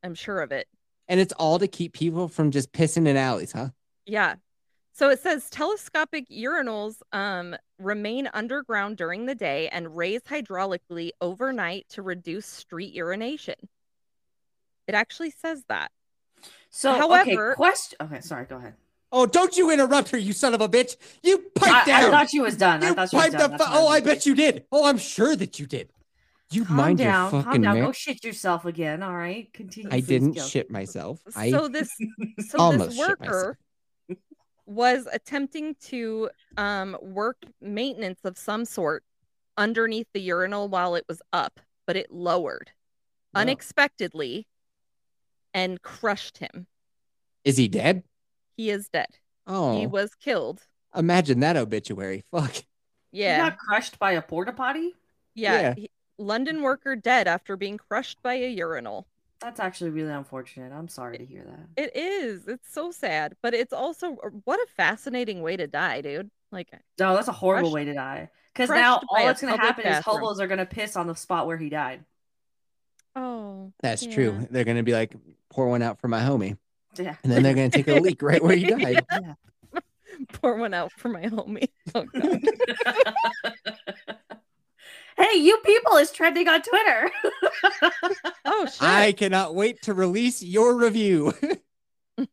[SPEAKER 2] i'm sure of it
[SPEAKER 1] And it's all to keep people from just pissing in alleys, huh?
[SPEAKER 2] yeah so it says telescopic urinals um, remain underground during the day and raise hydraulically overnight to reduce street urination it actually says that
[SPEAKER 3] so
[SPEAKER 2] However-
[SPEAKER 3] okay, question. Okay, sorry. Go ahead.
[SPEAKER 1] Oh, don't you interrupt her, you son of a bitch! You pipe
[SPEAKER 3] I, I
[SPEAKER 1] down.
[SPEAKER 3] thought she was done. I
[SPEAKER 1] you
[SPEAKER 3] thought she was
[SPEAKER 1] pipe
[SPEAKER 3] done.
[SPEAKER 1] the.
[SPEAKER 3] That's
[SPEAKER 1] Fu-
[SPEAKER 3] why
[SPEAKER 1] oh,
[SPEAKER 3] was
[SPEAKER 1] I
[SPEAKER 3] like,
[SPEAKER 1] bet you did. Oh, I'm sure that you did. You
[SPEAKER 3] Calm
[SPEAKER 1] mind
[SPEAKER 3] down.
[SPEAKER 1] your
[SPEAKER 3] calm
[SPEAKER 1] fucking
[SPEAKER 3] down.
[SPEAKER 1] man.
[SPEAKER 3] Go shit yourself again. All right. Continue.
[SPEAKER 1] I
[SPEAKER 3] please,
[SPEAKER 1] didn't
[SPEAKER 3] Kelsey.
[SPEAKER 1] shit myself. I
[SPEAKER 2] so this so
[SPEAKER 1] almost
[SPEAKER 2] this
[SPEAKER 1] shit myself.
[SPEAKER 2] worker was attempting to um, work maintenance of some sort underneath the urinal while it was up, but it lowered
[SPEAKER 1] No.
[SPEAKER 2] unexpectedly and crushed him.
[SPEAKER 1] is he dead?
[SPEAKER 2] He is dead.
[SPEAKER 1] Oh,
[SPEAKER 2] He was killed.
[SPEAKER 1] imagine that obituary. Fuck.
[SPEAKER 3] You
[SPEAKER 2] Yeah.
[SPEAKER 3] got crushed by a porta potty.
[SPEAKER 2] Yeah.
[SPEAKER 1] Yeah.
[SPEAKER 2] he- London worker dead after being crushed by a urinal.
[SPEAKER 3] That's actually really unfortunate. I'm sorry to hear that.
[SPEAKER 2] It is. It's so sad, but it's also what a fascinating way to die, dude. Like,
[SPEAKER 3] No, that's a horrible
[SPEAKER 2] Crushed-
[SPEAKER 3] way to die. Because
[SPEAKER 2] crushed
[SPEAKER 3] now
[SPEAKER 2] by
[SPEAKER 3] all
[SPEAKER 2] a
[SPEAKER 3] that's going to
[SPEAKER 2] public
[SPEAKER 3] happen
[SPEAKER 2] bathroom.
[SPEAKER 3] is hobos are going to piss on the spot where he died.
[SPEAKER 2] oh,
[SPEAKER 1] That's
[SPEAKER 2] Yeah.
[SPEAKER 1] true. They're gonna be like, pour one out for my homie,
[SPEAKER 3] Yeah.
[SPEAKER 1] and then they're gonna take a leak right where he died.
[SPEAKER 2] pour one out for my homie. Oh, God.
[SPEAKER 3] hey, you people is trending on Twitter.
[SPEAKER 2] oh shit.
[SPEAKER 1] I cannot wait to release your review.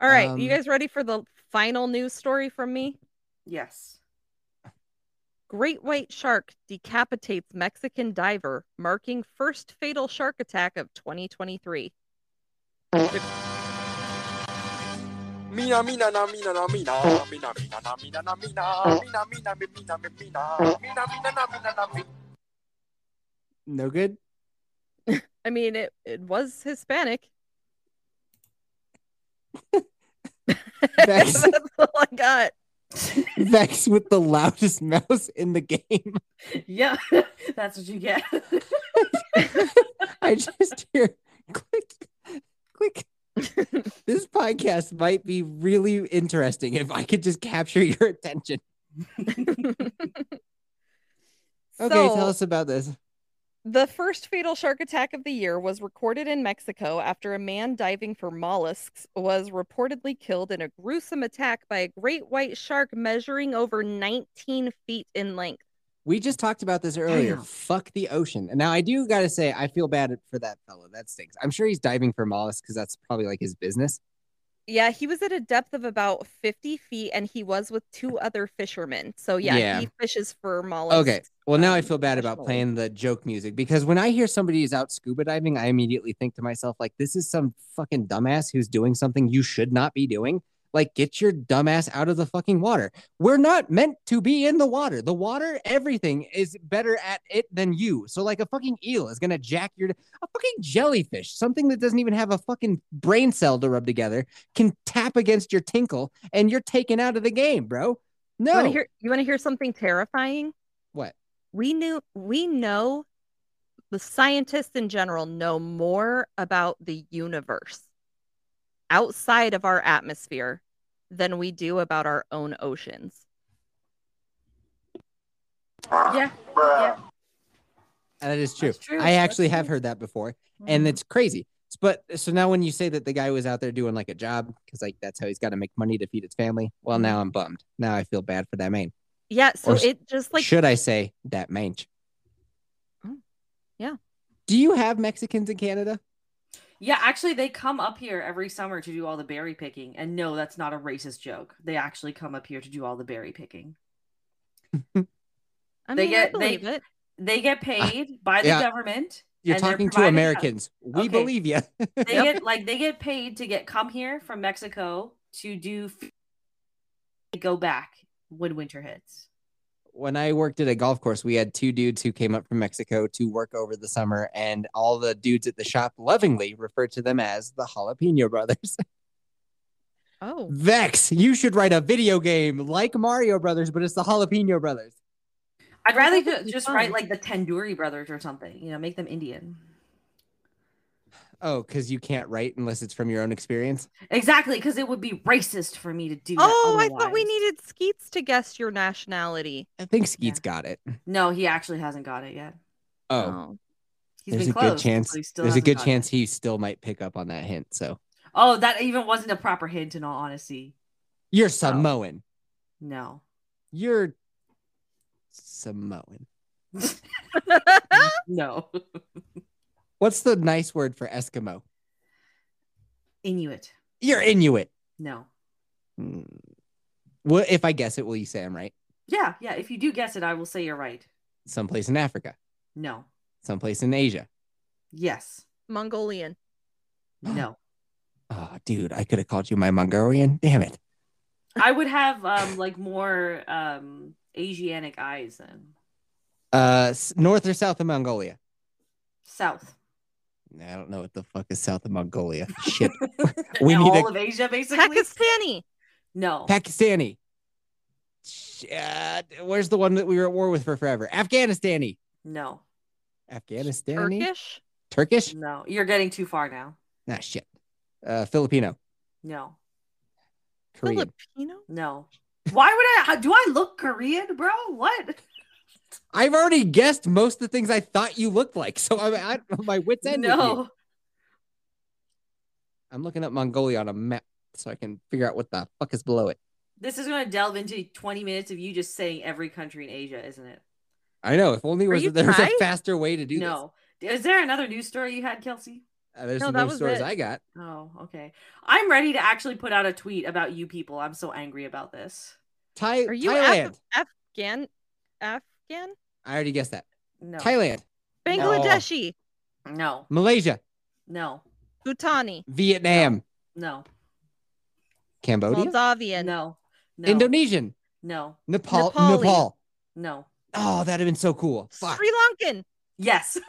[SPEAKER 2] All right, you
[SPEAKER 1] Um,
[SPEAKER 2] guys ready for the final news story from me?
[SPEAKER 3] yes.
[SPEAKER 2] Great white shark decapitates Mexican diver, marking first fatal shark attack of 2023.
[SPEAKER 5] Mina, mina, na, mina, na, mina. Mina, mina, na, mina, na, mina. Mina, mina, mi, mina, mi, mina. Mina, mina, na, mina, na, mi-
[SPEAKER 1] no good.
[SPEAKER 2] I mean, it, it was Hispanic.
[SPEAKER 1] Vex,
[SPEAKER 2] That's all I got.
[SPEAKER 1] Vex with the loudest mouse in the game.
[SPEAKER 3] yeah, that's what you get.
[SPEAKER 1] I just hear click, click. this podcast might be really interesting if I could just capture your attention. Okay,
[SPEAKER 2] so,
[SPEAKER 1] tell us about this.
[SPEAKER 2] The first fatal shark attack of the year was recorded in Mexico after a man diving for mollusks was reportedly killed in a gruesome attack by a great white shark measuring over 19 feet in length.
[SPEAKER 1] We just talked about this earlier.
[SPEAKER 3] Damn.
[SPEAKER 1] Fuck the ocean. And now I do gotta say, I feel bad for that fellow. That stinks. I'm sure he's diving for mollusks because that's probably like his business.
[SPEAKER 2] Yeah, he was at a depth of about 50 feet and he was with two other fishermen. So, yeah,
[SPEAKER 1] Yeah.
[SPEAKER 2] he fishes for mollusks.
[SPEAKER 1] Okay. Well, now I
[SPEAKER 2] um,
[SPEAKER 1] feel bad about
[SPEAKER 2] professionally.
[SPEAKER 1] playing the joke music because when I hear somebody is out scuba diving, I immediately think to myself, like, this is some fucking dumbass who's doing something you should not be doing. Like, get your dumbass out of the fucking water. We're not meant to be in the water. The water, everything is better at it than you. So, like, a fucking eel is gonna jack your a fucking jellyfish, something that doesn't even have a fucking brain cell to rub together, can tap against your tinkle and you're taken out of the game, bro.
[SPEAKER 2] You
[SPEAKER 1] No,
[SPEAKER 2] want to hear, you wanna hear something terrifying?
[SPEAKER 1] what?
[SPEAKER 2] we knew we know the scientists in general know more about the universe outside of our atmosphere than we do about our own oceans.
[SPEAKER 3] Yeah. yeah.
[SPEAKER 1] That is true.
[SPEAKER 3] That's true.
[SPEAKER 1] I
[SPEAKER 3] That's
[SPEAKER 1] actually have
[SPEAKER 3] true. Mm-hmm.
[SPEAKER 1] heard that before, and it's crazy. But so now, when you say that the guy was out there doing like a job because like that's how he's got to make money to feed his family, well,
[SPEAKER 3] Mm-hmm.
[SPEAKER 1] now I'm bummed. Now I feel bad for that man.
[SPEAKER 2] Yeah, so
[SPEAKER 1] Or s-
[SPEAKER 2] it just like
[SPEAKER 1] Should I say that manch?
[SPEAKER 3] Mm.
[SPEAKER 2] Oh, yeah.
[SPEAKER 1] Do you have Mexicans in Canada?
[SPEAKER 3] Yeah, actually, they come up here every summer to do all the berry picking. And no, that's not a racist joke. They actually come up here to do all the berry picking.
[SPEAKER 2] I
[SPEAKER 3] they
[SPEAKER 2] mean, I
[SPEAKER 3] get- they-
[SPEAKER 2] believe it.
[SPEAKER 3] They get paid by the
[SPEAKER 1] yeah.
[SPEAKER 3] government.
[SPEAKER 1] You're
[SPEAKER 3] and they're
[SPEAKER 1] talking to
[SPEAKER 3] providing-
[SPEAKER 1] Americans. We
[SPEAKER 3] Okay.
[SPEAKER 1] believe you.
[SPEAKER 3] They get like they get paid to get come here from Mexico to do f- go back when winter hits.
[SPEAKER 1] when I worked at a golf course, we had two dudes who came up from Mexico to work over the summer, and all the dudes at the shop lovingly referred to them as the Jalapeno Brothers.
[SPEAKER 2] Oh,
[SPEAKER 1] Vex, you should write a video game like Mario Brothers, but it's the Jalapeno Brothers.
[SPEAKER 3] I'd rather
[SPEAKER 2] that would
[SPEAKER 3] ju-
[SPEAKER 2] be
[SPEAKER 3] just
[SPEAKER 2] fun.
[SPEAKER 3] write like the Tandoori brothers or something, you know, make them Indian.
[SPEAKER 1] Oh, because you can't write unless it's from your own experience.
[SPEAKER 3] Exactly, because it would be racist for me to do. that
[SPEAKER 2] oh, I thought we
[SPEAKER 3] otherwise.
[SPEAKER 2] needed Skeets to guess your nationality.
[SPEAKER 1] I think Skeet's got it.
[SPEAKER 3] No, he actually hasn't got it yet.
[SPEAKER 1] Oh,
[SPEAKER 3] He's
[SPEAKER 1] there's
[SPEAKER 3] been
[SPEAKER 1] a
[SPEAKER 3] close.
[SPEAKER 1] good chance.
[SPEAKER 3] but he still
[SPEAKER 1] There's a
[SPEAKER 3] hasn't
[SPEAKER 1] good
[SPEAKER 3] gotten it.
[SPEAKER 1] chance he still might pick up on that hint. So
[SPEAKER 3] Oh, that even wasn't a proper hint. In all honesty, Oh.
[SPEAKER 1] you're Samoan.
[SPEAKER 3] no.
[SPEAKER 1] You're Samoan.
[SPEAKER 3] No.
[SPEAKER 1] What's the nice word for Eskimo?
[SPEAKER 3] Inuit.
[SPEAKER 1] You're Inuit.
[SPEAKER 3] No.
[SPEAKER 1] Hmm. Well, if I guess it, will you say I'm right?
[SPEAKER 3] Yeah, yeah. If you do guess it, I will say you're right.
[SPEAKER 1] Someplace in Africa,
[SPEAKER 3] No.
[SPEAKER 1] someplace in Asia.
[SPEAKER 3] Yes.
[SPEAKER 2] Mongolian.
[SPEAKER 3] No.
[SPEAKER 1] Oh, dude, I could have called you my Mongolian. Damn it.
[SPEAKER 3] I would have um like more um Asiatic eyes than
[SPEAKER 1] Uh, s- north or south of Mongolia?
[SPEAKER 3] South.
[SPEAKER 1] I don't know what the fuck is south of Mongolia. Shit. We need
[SPEAKER 3] all
[SPEAKER 1] a-
[SPEAKER 3] of Asia, basically.
[SPEAKER 2] Pakistani.
[SPEAKER 3] No.
[SPEAKER 1] Pakistani. Sh- Uh, where's the one that we were at war with for forever? Afghanistani.
[SPEAKER 3] no.
[SPEAKER 1] Afghanistani?
[SPEAKER 2] Turkish.
[SPEAKER 1] Turkish?
[SPEAKER 3] No. You're getting too far now.
[SPEAKER 1] Ah, shit. Uh, Filipino.
[SPEAKER 3] No.
[SPEAKER 1] Korean.
[SPEAKER 2] Filipino.
[SPEAKER 3] No. Why would I? how- Do I look Korean, bro? What?
[SPEAKER 1] I've already guessed most of the things I thought you looked like, so I'm at my wits end. with you.
[SPEAKER 3] No.
[SPEAKER 1] I'm looking up Mongolia on a map so I can figure out what the fuck is below it.
[SPEAKER 3] This is going to delve into 20 minutes of you just saying every country in Asia, isn't it?
[SPEAKER 1] I know. If only
[SPEAKER 2] Are
[SPEAKER 1] was
[SPEAKER 2] you
[SPEAKER 1] there was a
[SPEAKER 2] tied?
[SPEAKER 1] faster way to do
[SPEAKER 3] no. Is there another news story you had, Kelsey?
[SPEAKER 1] this. Uh, there's
[SPEAKER 2] No,
[SPEAKER 1] some
[SPEAKER 2] that
[SPEAKER 1] news
[SPEAKER 2] was
[SPEAKER 1] stories
[SPEAKER 2] it.
[SPEAKER 1] I got.
[SPEAKER 3] Oh, okay. I'm ready to actually put out a tweet about you people. I'm so angry about this.
[SPEAKER 1] Thai-
[SPEAKER 2] Are you
[SPEAKER 1] Thailand.
[SPEAKER 2] Af- Afghan? Afghan?
[SPEAKER 1] I already guessed that.
[SPEAKER 3] No.
[SPEAKER 1] Thailand,
[SPEAKER 3] No.
[SPEAKER 2] Bangladeshi.
[SPEAKER 3] No.
[SPEAKER 1] Malaysia,
[SPEAKER 3] No.
[SPEAKER 2] Bhutani.
[SPEAKER 1] Vietnam,
[SPEAKER 3] No.
[SPEAKER 1] Cambodia,
[SPEAKER 2] Moldavian.
[SPEAKER 3] No. No.
[SPEAKER 1] Indonesian,
[SPEAKER 3] No.
[SPEAKER 1] Nepal,
[SPEAKER 2] Nepali.
[SPEAKER 1] Nepal.
[SPEAKER 3] No.
[SPEAKER 1] Oh, that'd have been so cool. Fuck.
[SPEAKER 2] Sri Lankan.
[SPEAKER 3] Yes.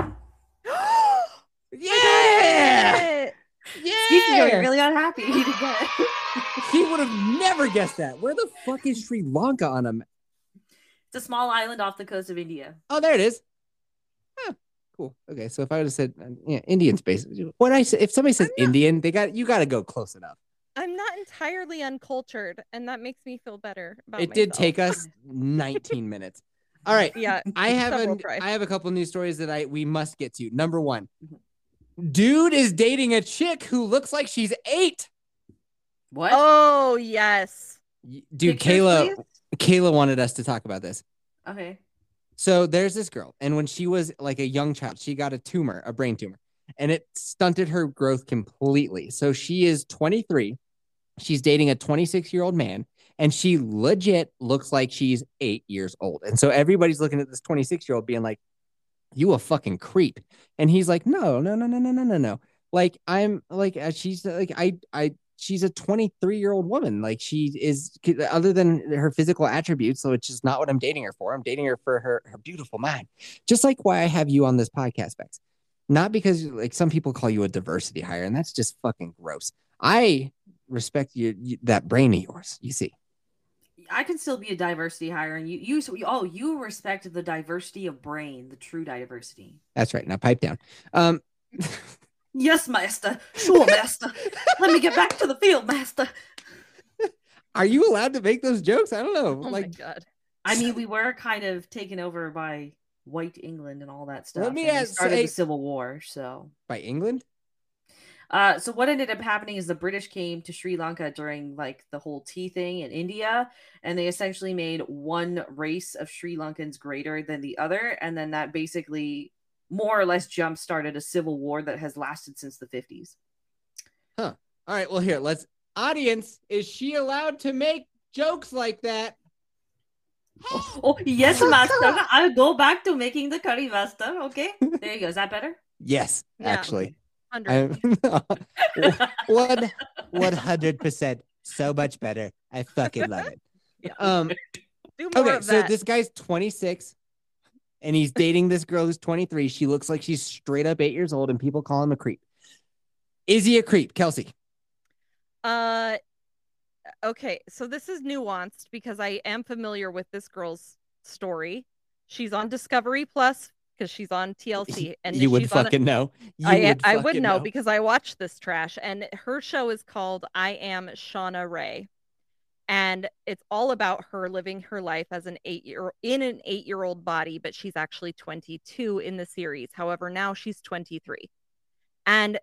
[SPEAKER 1] Yeah.
[SPEAKER 3] You're
[SPEAKER 1] Yeah.
[SPEAKER 3] really unhappy. You didn't get it.
[SPEAKER 1] He would have never guessed that. Where the fuck is Sri Lanka on a map?
[SPEAKER 3] It's a small island off the coast of India.
[SPEAKER 1] Oh, there it is. Huh, Cool. Okay, so if I would have said uh, yeah, Indian space, what I say, if somebody says Indian, they got you got to go close enough.
[SPEAKER 2] I'm not entirely uncultured, and that makes me feel better about
[SPEAKER 1] it did
[SPEAKER 2] myself.
[SPEAKER 1] take us 19 minutes. All right.
[SPEAKER 2] Yeah.
[SPEAKER 1] I have
[SPEAKER 2] Several
[SPEAKER 1] a,
[SPEAKER 2] tries.
[SPEAKER 1] I have a couple news stories that I we must get to. Number one,
[SPEAKER 3] Mhm.
[SPEAKER 1] dude is dating a chick who looks like she's eight.
[SPEAKER 3] What?
[SPEAKER 2] Oh yes.
[SPEAKER 1] Y- Dude,
[SPEAKER 3] Pictures,
[SPEAKER 1] Kayla
[SPEAKER 3] please?
[SPEAKER 1] Kayla wanted us to talk about this.
[SPEAKER 3] Okay.
[SPEAKER 1] So there's this girl, and when she was like a young child, she got a tumor, a brain tumor, and it stunted her growth completely. So she is 23. She's dating a 26 year old man, and she legit looks like she's eight years old. And so everybody's looking at this 26 year old being like, You a fucking creep. And he's like, No, no, no, no, no, no, no, no. Like, I'm like, uh, she's like, I, I, she's a 23 year old woman. Like, she is, other than her physical attributes, so it's just not what I'm dating her for. I'm dating her for her, her beautiful mind. Just like why I have you on this podcast, Bex. Not because, like, some people call you a diversity hire, and that's just fucking gross. I respect you, you that brain of yours, you see.
[SPEAKER 3] I can still be a diversity hire, and you, you, so- oh, you respect the diversity of brain, the true diversity.
[SPEAKER 1] That's right. Now pipe down. Um,
[SPEAKER 3] Yes, master. Sure, master. Let me get back to the field, master.
[SPEAKER 1] are you allowed to make those jokes? I don't know.
[SPEAKER 2] Oh my
[SPEAKER 1] like,
[SPEAKER 2] god.
[SPEAKER 3] I mean, we were kind of taken over by white England and all that stuff.
[SPEAKER 1] Let me
[SPEAKER 3] and we
[SPEAKER 1] ask-
[SPEAKER 3] started
[SPEAKER 1] say-
[SPEAKER 3] the Civil War, so.
[SPEAKER 1] by England?
[SPEAKER 3] Uh, so what ended up happening is the British came to Sri Lanka during like the whole tea thing in India, and they essentially made one race of Sri Lankans greater than the other, and then that basically more or less jump started a civil war that has lasted since the 50s.
[SPEAKER 1] All right. Well, here, let's. Audience, is she allowed to make jokes like that?
[SPEAKER 3] Oh, oh, yes, master. I'll go back to making the curry, master. Okay, there you go. Is that better?
[SPEAKER 1] Yes,
[SPEAKER 2] Yeah.
[SPEAKER 1] actually.
[SPEAKER 2] Hundred.
[SPEAKER 1] I'm one, one hundred percent. So much better. I fucking love it.
[SPEAKER 3] Yeah.
[SPEAKER 1] Um.
[SPEAKER 2] Do more
[SPEAKER 1] Okay.
[SPEAKER 2] of
[SPEAKER 1] So
[SPEAKER 2] that.
[SPEAKER 1] this guy's twenty six, and he's dating this girl who's twenty three. She looks like she's straight up eight years old, and people call him a creep. Is he a creep, Kelsey?
[SPEAKER 2] Uh okay, so this is nuanced because I am familiar with this girl's story. She's on Discovery Plus because she's on TLC and
[SPEAKER 1] you would
[SPEAKER 2] she's on a-
[SPEAKER 1] fucking know. You
[SPEAKER 2] I I would
[SPEAKER 1] fucking
[SPEAKER 2] know, because I watched this trash and her show is called I Am Shauna Ray. And it's all about her living her life as an 8-year in an 8-year-old body, but she's actually 22 in the series. However, now she's 23. And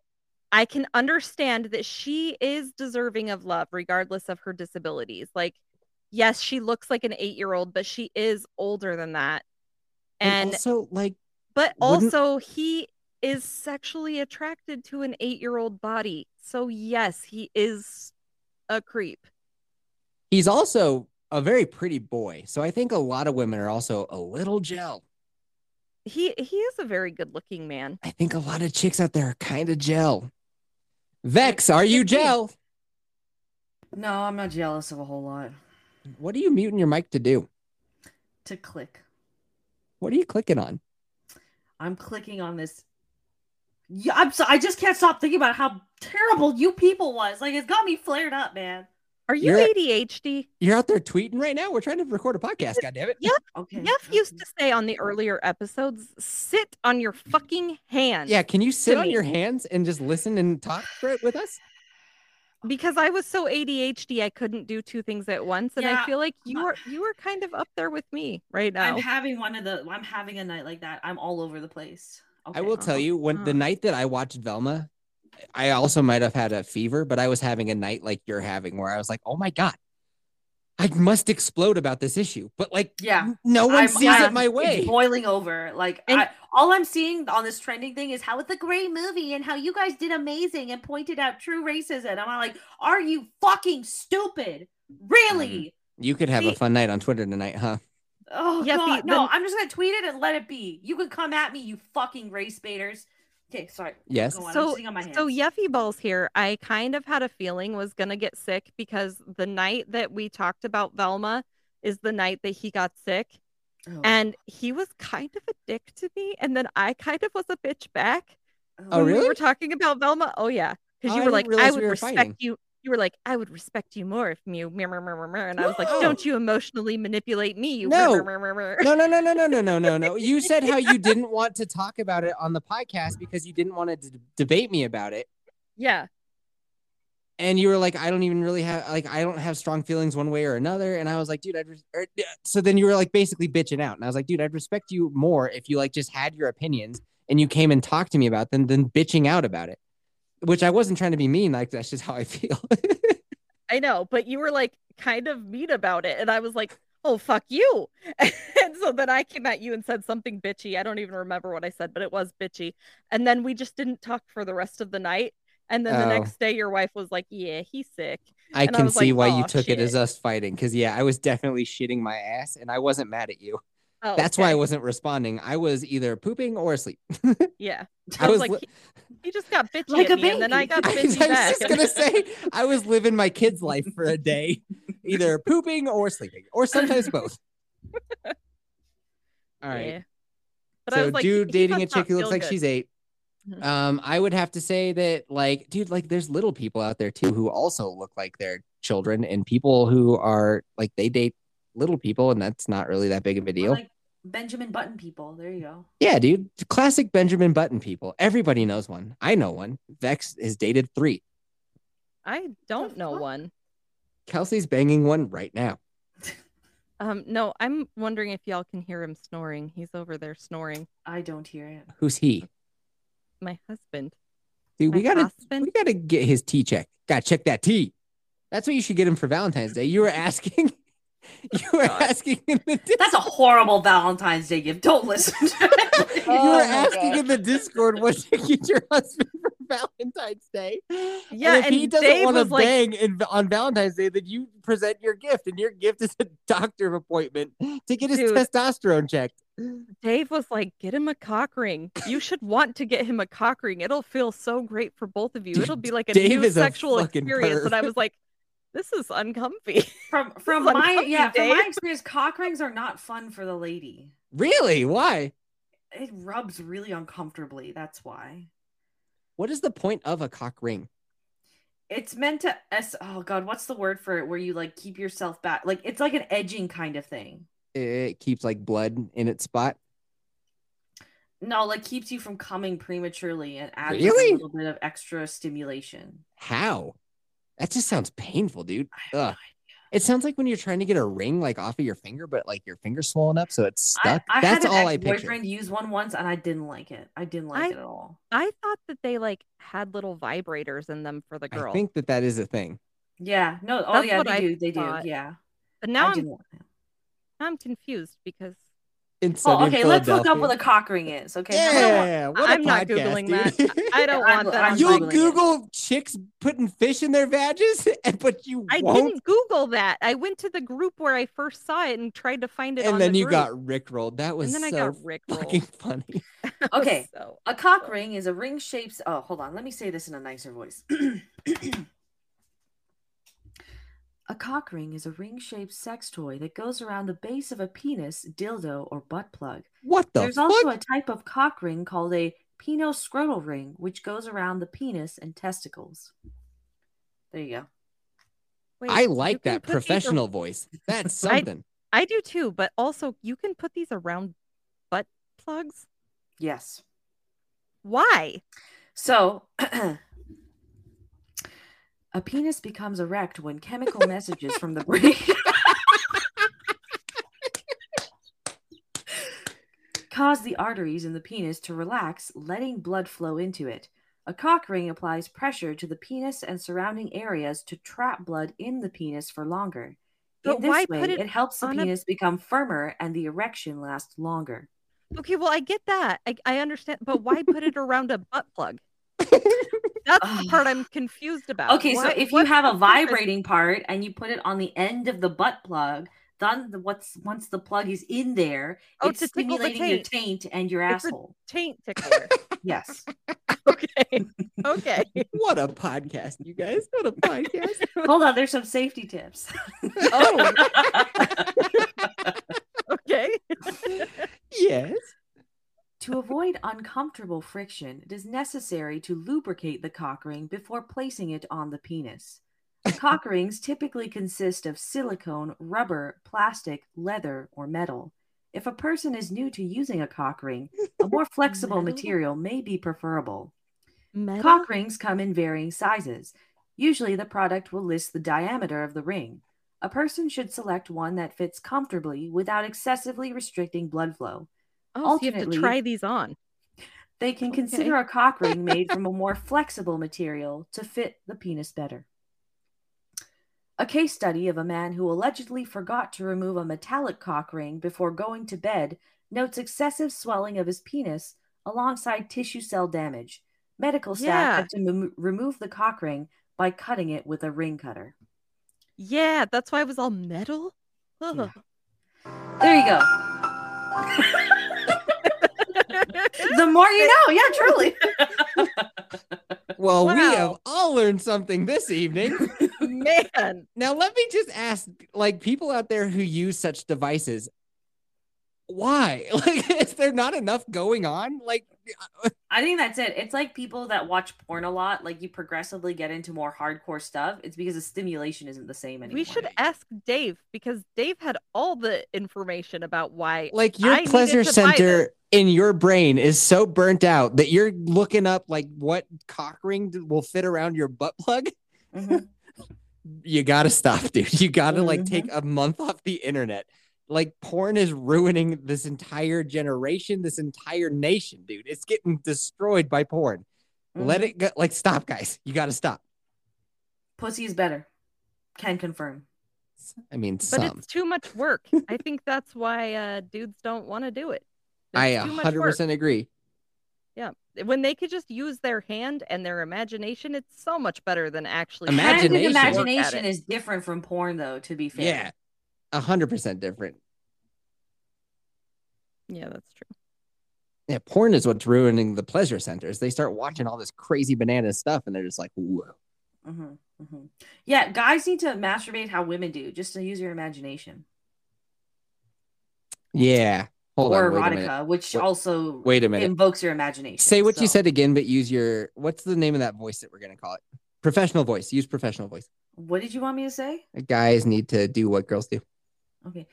[SPEAKER 2] I can understand that she is deserving of love regardless of her disabilities. Like yes, she looks like an 8-year-old, but she is older than that. And
[SPEAKER 1] also like
[SPEAKER 2] but
[SPEAKER 1] Wouldn't-
[SPEAKER 2] also, he is sexually attracted to an eight year old body. So, yes, he is a creep.
[SPEAKER 1] he's also a very pretty boy. So I think a lot of women are also a little gel.
[SPEAKER 2] He he is a very good looking man.
[SPEAKER 1] I think a lot of chicks out there are kind of gel. Vex, are you gel?
[SPEAKER 3] No, I'm not jealous of a whole lot.
[SPEAKER 1] What are you muting your mic to do?
[SPEAKER 3] To click,
[SPEAKER 1] What are you clicking on?
[SPEAKER 3] I'm clicking on this. Yeah, I'm so I just can't stop thinking about how terrible you people was. Like it's got me flared up, man.
[SPEAKER 2] Are you
[SPEAKER 1] You're-
[SPEAKER 2] ADHD?
[SPEAKER 1] You're out there tweeting right now. We're trying to record a podcast. God damn it.
[SPEAKER 2] Yeah.
[SPEAKER 3] Okay.
[SPEAKER 2] Jeff used
[SPEAKER 3] okay.
[SPEAKER 2] to say on the earlier episodes, sit on your fucking hands.
[SPEAKER 1] Yeah. Can you sit on
[SPEAKER 2] me.
[SPEAKER 1] your hands and just listen and talk for it with us?
[SPEAKER 2] Because I was so ADHD I couldn't do two things at once. And I
[SPEAKER 3] Yeah,
[SPEAKER 2] feel like you
[SPEAKER 3] I-
[SPEAKER 2] are you are kind of up there with me right now.
[SPEAKER 3] I'm having one of the. I'm having a night like that. I'm all over the place.
[SPEAKER 1] I
[SPEAKER 3] Okay.
[SPEAKER 1] will tell you when the
[SPEAKER 2] Uh-huh.
[SPEAKER 1] night that I watched Velma, I also might have had a fever, but I was having a night like you're having where I was like, oh my God, I must explode about this issue. But like,
[SPEAKER 3] Yeah.
[SPEAKER 1] n- no one
[SPEAKER 3] I'm-
[SPEAKER 1] sees it
[SPEAKER 3] I'm-
[SPEAKER 1] my way.
[SPEAKER 3] It's boiling over. Like
[SPEAKER 2] And-
[SPEAKER 3] I, all I'm seeing on this trending thing is how it's a great movie and how you guys did amazing and pointed out true racism. I'm like, are you fucking stupid?
[SPEAKER 1] Mm-hmm.
[SPEAKER 3] Really?
[SPEAKER 1] You could have a
[SPEAKER 3] See-
[SPEAKER 1] fun night on Twitter tonight, huh?
[SPEAKER 3] Oh
[SPEAKER 2] Yeah,
[SPEAKER 3] god,
[SPEAKER 2] the-
[SPEAKER 3] no!
[SPEAKER 2] the-
[SPEAKER 3] I'm just gonna tweet it and let it be. You can come at me, you fucking race baiters. Okay, sorry.
[SPEAKER 1] Yes.
[SPEAKER 3] Go on.
[SPEAKER 2] So-
[SPEAKER 3] I'm sitting on my hands.
[SPEAKER 2] So Yeffy Balls here, I kind of had a feeling was gonna get sick because the night that we talked about Velma is the night that he got sick,
[SPEAKER 3] Oh,
[SPEAKER 2] and he was kind of a dick to me, and then I kind of was a bitch back.
[SPEAKER 1] Oh,
[SPEAKER 2] when
[SPEAKER 1] really?
[SPEAKER 2] We were talking about Velma. Oh yeah, because
[SPEAKER 1] Oh,
[SPEAKER 2] you
[SPEAKER 1] I
[SPEAKER 2] were
[SPEAKER 1] didn't
[SPEAKER 2] like, I
[SPEAKER 1] realize
[SPEAKER 2] would
[SPEAKER 1] we were
[SPEAKER 2] respect
[SPEAKER 1] fighting."
[SPEAKER 2] you. You were like, I would respect you more if you, mir- mir- mir- mir- mir," and I was like,
[SPEAKER 1] Oh.
[SPEAKER 2] don't you emotionally manipulate me? You
[SPEAKER 1] No.
[SPEAKER 2] mir- mir- mir- mir."
[SPEAKER 1] No, no, no, no, no, no, no, no, no. You said how you didn't want to talk about it on the podcast because you didn't want to d- debate me about it.
[SPEAKER 2] yeah.
[SPEAKER 1] and you were like, I don't even really have like I don't have strong feelings one way or another. And I was like, dude, I'd res- or, yeah. so then you were like basically bitching out, and I was like, dude, I'd respect you more if you like just had your opinions and you came and talked to me about them than bitching out about it. Which I wasn't trying to be mean, like that's just how I feel.
[SPEAKER 2] I know, but you were like kind of mean about it. And I was like, oh, fuck you. and so then I came at you and said something bitchy. I don't even remember what I said, but it was bitchy. And then we just didn't talk for the rest of the night. And then the
[SPEAKER 1] Oh.
[SPEAKER 2] next day, your wife was like, yeah, he's sick.
[SPEAKER 1] I
[SPEAKER 2] And I
[SPEAKER 1] can
[SPEAKER 2] was
[SPEAKER 1] see
[SPEAKER 2] like,
[SPEAKER 1] why you
[SPEAKER 2] "Aw,
[SPEAKER 1] took
[SPEAKER 2] shit."
[SPEAKER 1] it as us fighting, because yeah, I was definitely shitting my ass, and I wasn't mad at you.
[SPEAKER 2] Oh,
[SPEAKER 1] That's why I
[SPEAKER 2] okay.
[SPEAKER 1] wasn't responding. I was either pooping or asleep.
[SPEAKER 2] Yeah.
[SPEAKER 1] I
[SPEAKER 2] I
[SPEAKER 1] was
[SPEAKER 2] was like,
[SPEAKER 1] li-
[SPEAKER 2] he, he just got bitchy
[SPEAKER 3] Like
[SPEAKER 2] at
[SPEAKER 3] a
[SPEAKER 2] me, and then I
[SPEAKER 3] baby.
[SPEAKER 2] got
[SPEAKER 1] I was
[SPEAKER 2] bitchy back.
[SPEAKER 1] just gonna say I was living my kid's life for a day, either pooping or sleeping, or sometimes both. All right.
[SPEAKER 2] Yeah. But I
[SPEAKER 1] so
[SPEAKER 2] was like,
[SPEAKER 1] dude
[SPEAKER 2] he
[SPEAKER 1] dating a
[SPEAKER 2] must not
[SPEAKER 1] chick who looks
[SPEAKER 2] feel
[SPEAKER 1] like
[SPEAKER 2] good.
[SPEAKER 1] she's eight.
[SPEAKER 2] Mhm.
[SPEAKER 1] Um, I would have to say that like, dude, like there's little people out there too who also look like they're children and people who are like they date little people and that's not really that big of a
[SPEAKER 3] We're
[SPEAKER 1] deal.
[SPEAKER 3] Like Benjamin Button people. There you go.
[SPEAKER 1] yeah, dude. Classic Benjamin Button people. Everybody knows one. I know one. Vex has dated three.
[SPEAKER 2] I don't know
[SPEAKER 3] fuck?
[SPEAKER 2] one.
[SPEAKER 1] Kelsey's banging one right now.
[SPEAKER 2] Um, no, I'm wondering if y'all can hear him snoring. He's over there snoring.
[SPEAKER 3] I don't hear it.
[SPEAKER 1] Who's he?
[SPEAKER 2] My husband.
[SPEAKER 1] Dude, we
[SPEAKER 2] My
[SPEAKER 1] gotta
[SPEAKER 2] husband?
[SPEAKER 1] we gotta get his tea check. Gotta check that tea. That's what you should get him for Valentine's Day. You were asking. You were asking in the Discord.
[SPEAKER 3] That's a horrible Valentine's Day gift. Don't listen to it.
[SPEAKER 1] You were
[SPEAKER 2] Oh my
[SPEAKER 1] asking
[SPEAKER 2] God.
[SPEAKER 1] in the Discord what to get your husband for Valentine's Day.
[SPEAKER 2] Yeah,
[SPEAKER 1] if he
[SPEAKER 2] and
[SPEAKER 1] doesn't
[SPEAKER 2] Dave
[SPEAKER 1] want to
[SPEAKER 2] was like-
[SPEAKER 1] bang in, on Valentine's Day, then you present your gift, and your gift is a doctor appointment to get his
[SPEAKER 2] Dude.
[SPEAKER 1] testosterone checked.
[SPEAKER 2] Dave was like, get him a cock ring. You should want to get him a cock ring. It'll feel so great for both of you.
[SPEAKER 1] Dude,
[SPEAKER 2] It'll be like a
[SPEAKER 1] Dave
[SPEAKER 2] new
[SPEAKER 1] is a
[SPEAKER 2] sexual
[SPEAKER 1] fucking
[SPEAKER 2] experience.
[SPEAKER 1] perv.
[SPEAKER 2] And I was like, this is uncomfy.
[SPEAKER 3] From from
[SPEAKER 2] This is
[SPEAKER 3] my
[SPEAKER 2] uncomfy,
[SPEAKER 3] yeah, from my
[SPEAKER 2] Dave.
[SPEAKER 3] experience, cock rings are not fun for the lady.
[SPEAKER 1] Really? Why?
[SPEAKER 3] It rubs really uncomfortably. That's why.
[SPEAKER 1] What is the point of a cock ring?
[SPEAKER 3] It's meant to s. Oh god, what's the word for it? Where you like keep yourself back? Like it's like an edging kind of thing.
[SPEAKER 1] It keeps like blood in its spot.
[SPEAKER 3] No, like keeps you from coming prematurely and adds like,
[SPEAKER 1] Really?
[SPEAKER 3] a little bit of extra stimulation.
[SPEAKER 1] How? That just sounds painful, dude.
[SPEAKER 3] I have no
[SPEAKER 1] Ugh. It sounds like when you're trying to get a ring like off of your finger, but like your finger's swollen up, so it's
[SPEAKER 3] I,
[SPEAKER 1] stuck.
[SPEAKER 3] I
[SPEAKER 1] That's
[SPEAKER 3] had an
[SPEAKER 1] all I picture.
[SPEAKER 3] ex-boyfriend use one once, and I didn't like it. I didn't like
[SPEAKER 2] I-
[SPEAKER 3] it at all.
[SPEAKER 2] I thought that they like had little vibrators in them for the
[SPEAKER 1] I
[SPEAKER 2] girl.
[SPEAKER 1] think that that is a thing.
[SPEAKER 3] Yeah. No. Oh
[SPEAKER 2] That's
[SPEAKER 3] yeah,
[SPEAKER 2] what
[SPEAKER 3] they
[SPEAKER 2] I
[SPEAKER 3] do. They do.
[SPEAKER 2] thought.
[SPEAKER 3] Yeah.
[SPEAKER 2] but now
[SPEAKER 3] I
[SPEAKER 2] I'm,
[SPEAKER 3] didn't.
[SPEAKER 2] I'm confused because
[SPEAKER 1] In
[SPEAKER 3] Oh,
[SPEAKER 1] Southern
[SPEAKER 3] okay. Let's look up
[SPEAKER 1] Philadelphia.
[SPEAKER 3] what a cock ring is. Okay. I don't want-
[SPEAKER 1] Yeah, what a
[SPEAKER 2] I'm not
[SPEAKER 1] podcast,
[SPEAKER 2] Googling
[SPEAKER 1] dude.
[SPEAKER 2] that. I don't
[SPEAKER 3] I'm-
[SPEAKER 2] want that.
[SPEAKER 3] I'm
[SPEAKER 2] on
[SPEAKER 1] You'll
[SPEAKER 2] my-
[SPEAKER 3] Googling it.
[SPEAKER 1] Google chicks putting fish in their vages, and but you
[SPEAKER 2] I
[SPEAKER 1] won't.
[SPEAKER 2] didn't Google that. I went to the group where I first saw it and tried to find it. on
[SPEAKER 1] And then
[SPEAKER 2] the
[SPEAKER 1] you
[SPEAKER 2] group.
[SPEAKER 1] got rickrolled. That was
[SPEAKER 2] and then I
[SPEAKER 1] so
[SPEAKER 2] got rickrolled.
[SPEAKER 1] fucking funny.
[SPEAKER 3] Okay.
[SPEAKER 2] So
[SPEAKER 3] A cock ring is a ring shaped. Oh, hold on. Let me say this in a nicer voice. a cock ring is a ring shaped sex toy that goes around the base of a penis, dildo, or butt plug.
[SPEAKER 1] What the
[SPEAKER 3] There's
[SPEAKER 1] fuck?
[SPEAKER 3] also a type of cock ring called a pinoscrotal ring, which goes around the penis and testicles. There you go.
[SPEAKER 2] wait,
[SPEAKER 1] I
[SPEAKER 2] you
[SPEAKER 1] like
[SPEAKER 2] can
[SPEAKER 1] that
[SPEAKER 2] put these ar-
[SPEAKER 1] professional voice. That's
[SPEAKER 2] I-
[SPEAKER 1] something.
[SPEAKER 2] I do too, but also you can put these around butt plugs.
[SPEAKER 3] Yes.
[SPEAKER 2] Why?
[SPEAKER 3] So, a penis becomes erect when chemical messages from the brain. Cause the arteries in the penis to relax, letting blood flow into it. A cock ring applies pressure to the penis and surrounding areas to trap blood in the penis for longer.
[SPEAKER 2] But
[SPEAKER 3] in this
[SPEAKER 2] why
[SPEAKER 3] way,
[SPEAKER 2] put it
[SPEAKER 3] it helps the
[SPEAKER 2] on a-
[SPEAKER 3] penis become firmer and the erection last longer.
[SPEAKER 2] Okay, well I get that. I, I understand, but why put it around a butt plug? That's the part I'm confused about.
[SPEAKER 3] Okay, so
[SPEAKER 2] Why-
[SPEAKER 3] if you
[SPEAKER 2] what's
[SPEAKER 3] have
[SPEAKER 2] the
[SPEAKER 3] a
[SPEAKER 2] purpose?
[SPEAKER 3] vibrating part and you put it on the end of the butt plug, then the, what's once the plug is in there,
[SPEAKER 2] Oh,
[SPEAKER 3] it's
[SPEAKER 2] to tickle the
[SPEAKER 3] stimulating your taint and your
[SPEAKER 2] It's a-
[SPEAKER 3] asshole.
[SPEAKER 2] taint tickler.
[SPEAKER 3] Yes.
[SPEAKER 2] okay. Okay.
[SPEAKER 1] What a podcast, you guys. What a podcast.
[SPEAKER 3] Hold on, there's some safety tips.
[SPEAKER 2] Oh, okay.
[SPEAKER 1] yes.
[SPEAKER 3] to avoid uncomfortable friction, it is necessary to lubricate the cock ring before placing it on the penis. Cock rings typically consist of silicone, rubber, plastic, leather, or metal. If a person is new to using a cock ring, a more flexible
[SPEAKER 2] Metal?
[SPEAKER 3] material may be preferable.
[SPEAKER 2] Metal?
[SPEAKER 3] Cock rings come in varying sizes. Usually, the product will list the diameter of the ring. A person should select one that fits comfortably without excessively restricting blood flow.
[SPEAKER 2] Oh, so you have to
[SPEAKER 3] Alternately-
[SPEAKER 2] try these on.
[SPEAKER 3] They can
[SPEAKER 2] Okay.
[SPEAKER 3] consider a cock ring made from a more flexible material to fit the penis better. A case study of a man who allegedly forgot to remove a metallic cock ring before going to bed notes excessive swelling of his penis alongside tissue cell damage. Medical staff
[SPEAKER 2] Yeah.
[SPEAKER 3] had to mem- remove the cock ring by cutting it with a ring cutter.
[SPEAKER 2] Yeah, that's why it was all metal. Ugh.
[SPEAKER 3] There you go. The more you know, yeah, truly.
[SPEAKER 1] Well, we have
[SPEAKER 2] Wow.
[SPEAKER 1] all learned something this evening.
[SPEAKER 2] Man,
[SPEAKER 1] Now, let me just ask, like, people out there who use such devices, why? Like, is there not enough going on? Like,
[SPEAKER 3] I think that's it. It's like people that watch porn a lot, like you progressively get into more hardcore stuff. It's because the stimulation isn't the same anymore.
[SPEAKER 2] we should ask Dave because Dave had all the information about why.
[SPEAKER 1] like your
[SPEAKER 2] I needed
[SPEAKER 1] pleasure
[SPEAKER 2] to buy
[SPEAKER 1] center in your brain is so burnt out that you're looking up like what cock ring d- will fit around your butt plug.
[SPEAKER 3] Mhm.
[SPEAKER 1] You gotta stop, dude. You gotta like
[SPEAKER 3] Mhm.
[SPEAKER 2] Mm-hmm.
[SPEAKER 1] take a month off the internet. Like porn is ruining this entire generation, this entire nation, dude. It's getting destroyed by porn.
[SPEAKER 2] Mm-hmm.
[SPEAKER 1] Let it go. Like, stop, guys. You gotta stop.
[SPEAKER 3] Pussy is better. Can confirm.
[SPEAKER 1] I mean,
[SPEAKER 2] But
[SPEAKER 1] some.
[SPEAKER 2] it's too much work. I think that's why uh, dudes don't want to do it. It's
[SPEAKER 1] I
[SPEAKER 2] too much work.
[SPEAKER 1] 100% agree.
[SPEAKER 2] When they could just use their hand and their imagination, it's so much better than actually.
[SPEAKER 1] Imagination.
[SPEAKER 3] Granted,
[SPEAKER 1] Imagination.
[SPEAKER 3] imagination is different from porn, though. To be fair,
[SPEAKER 1] Yeah. a 100% different.
[SPEAKER 2] Yeah, that's true.
[SPEAKER 1] Yeah, porn is what's ruining the pleasure centers. They start watching all this crazy banana stuff and they're just like, whoa.
[SPEAKER 3] Mhm, mhm. yeah. Guys need to masturbate how women do, just to use your imagination
[SPEAKER 1] Yeah. Hold
[SPEAKER 3] or
[SPEAKER 1] on. Wait a minute.
[SPEAKER 3] erotica, which
[SPEAKER 1] Wait-
[SPEAKER 3] also
[SPEAKER 1] Wait a minute.
[SPEAKER 3] invokes your imagination.
[SPEAKER 1] Say what you
[SPEAKER 3] so.
[SPEAKER 1] said again, but use your what's the name of that voice that we're gonna call it? Professional voice. Use professional voice.
[SPEAKER 3] What did you want me to say?
[SPEAKER 1] Guys need to do what girls do.
[SPEAKER 3] Okay.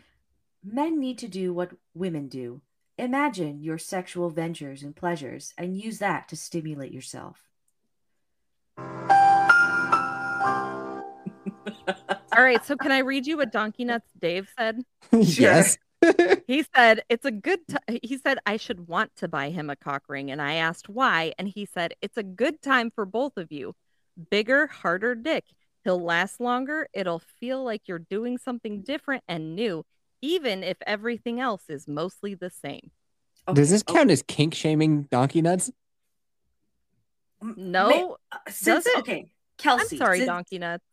[SPEAKER 3] Men need to do what women do. Imagine your sexual ventures and pleasures and use that to stimulate yourself.
[SPEAKER 2] All right, so can I read you what Donkey Nuts Dave said?
[SPEAKER 1] yes.
[SPEAKER 2] He said, It's a good time. He said, I should want to buy him a cock ring. And I asked why. And he said, It's a good time for both of you. Bigger, harder dick. He'll last longer. It'll feel like you're doing something different and new, even if everything else is mostly the same.
[SPEAKER 1] Does
[SPEAKER 3] Okay,
[SPEAKER 1] this count as kink shaming donkey nuts?
[SPEAKER 3] okay. M- ma-
[SPEAKER 2] No,
[SPEAKER 3] uh, since
[SPEAKER 2] it?
[SPEAKER 3] okay,
[SPEAKER 2] I'm
[SPEAKER 3] Kelsey.
[SPEAKER 2] sorry,
[SPEAKER 3] since,
[SPEAKER 2] Donkey Nuts.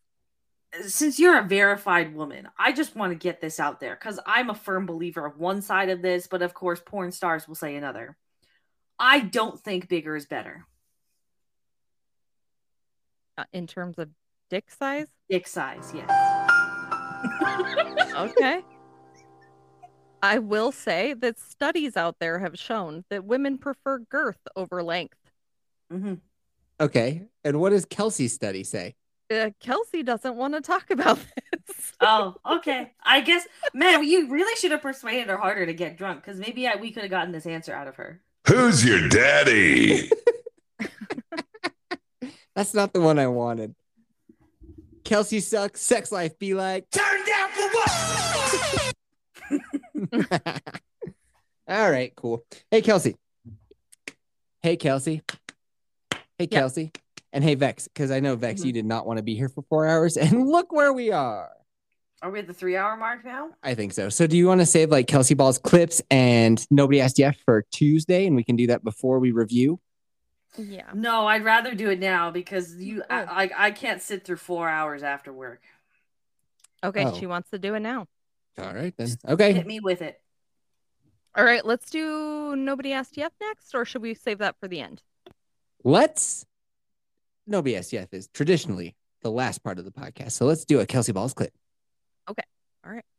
[SPEAKER 3] since you're a verified woman, I just want to get this out there because I'm a firm believer of one side of this, but of course, porn stars will say another. I don't think bigger is better.
[SPEAKER 2] Uh, in terms of dick size.
[SPEAKER 3] Dick size, yes.
[SPEAKER 2] okay. I will say that studies out there have shown that women prefer girth over length.
[SPEAKER 3] Mhm.
[SPEAKER 1] Okay. And what does Kelsey's study say?
[SPEAKER 2] Uh, Kelsey doesn't want to talk about this.
[SPEAKER 3] Oh, okay. I guess, man, you really should have persuaded her harder to get drunk because maybe I, we could have gotten this answer out of her.
[SPEAKER 6] Who's your daddy?
[SPEAKER 1] That's not the one I wanted. Kelsey sucks. Sex life be like, turn down for what? All right, cool. Hey, Kelsey. Hey, Kelsey. Hey,
[SPEAKER 2] Yeah.
[SPEAKER 1] Kelsey. And hey, Vex, because I know,
[SPEAKER 3] Mm-hmm.
[SPEAKER 1] Vex, you did not want to be here for four hours. And look where we are.
[SPEAKER 3] Are we at the three hour mark now?
[SPEAKER 1] I think so. So, do you want to save like Kelsey Ball's clips and Nobody Asked Jeff for Tuesday? And we can do that before we review.
[SPEAKER 2] yeah.
[SPEAKER 3] No, I'd rather do it now because you, I,
[SPEAKER 2] Oh.
[SPEAKER 3] I, I can't sit through four hours after work.
[SPEAKER 2] Okay,
[SPEAKER 1] Oh.
[SPEAKER 2] she wants to do it now.
[SPEAKER 1] All right, then.
[SPEAKER 3] Just
[SPEAKER 1] Okay.
[SPEAKER 3] Hit me with it.
[SPEAKER 2] All right, let's do Nobody Asked Yet next, or should we save that for the end?
[SPEAKER 1] let's no BSF is traditionally the last part of the podcast. So let's do a Kelsey Balls clip.
[SPEAKER 2] All right.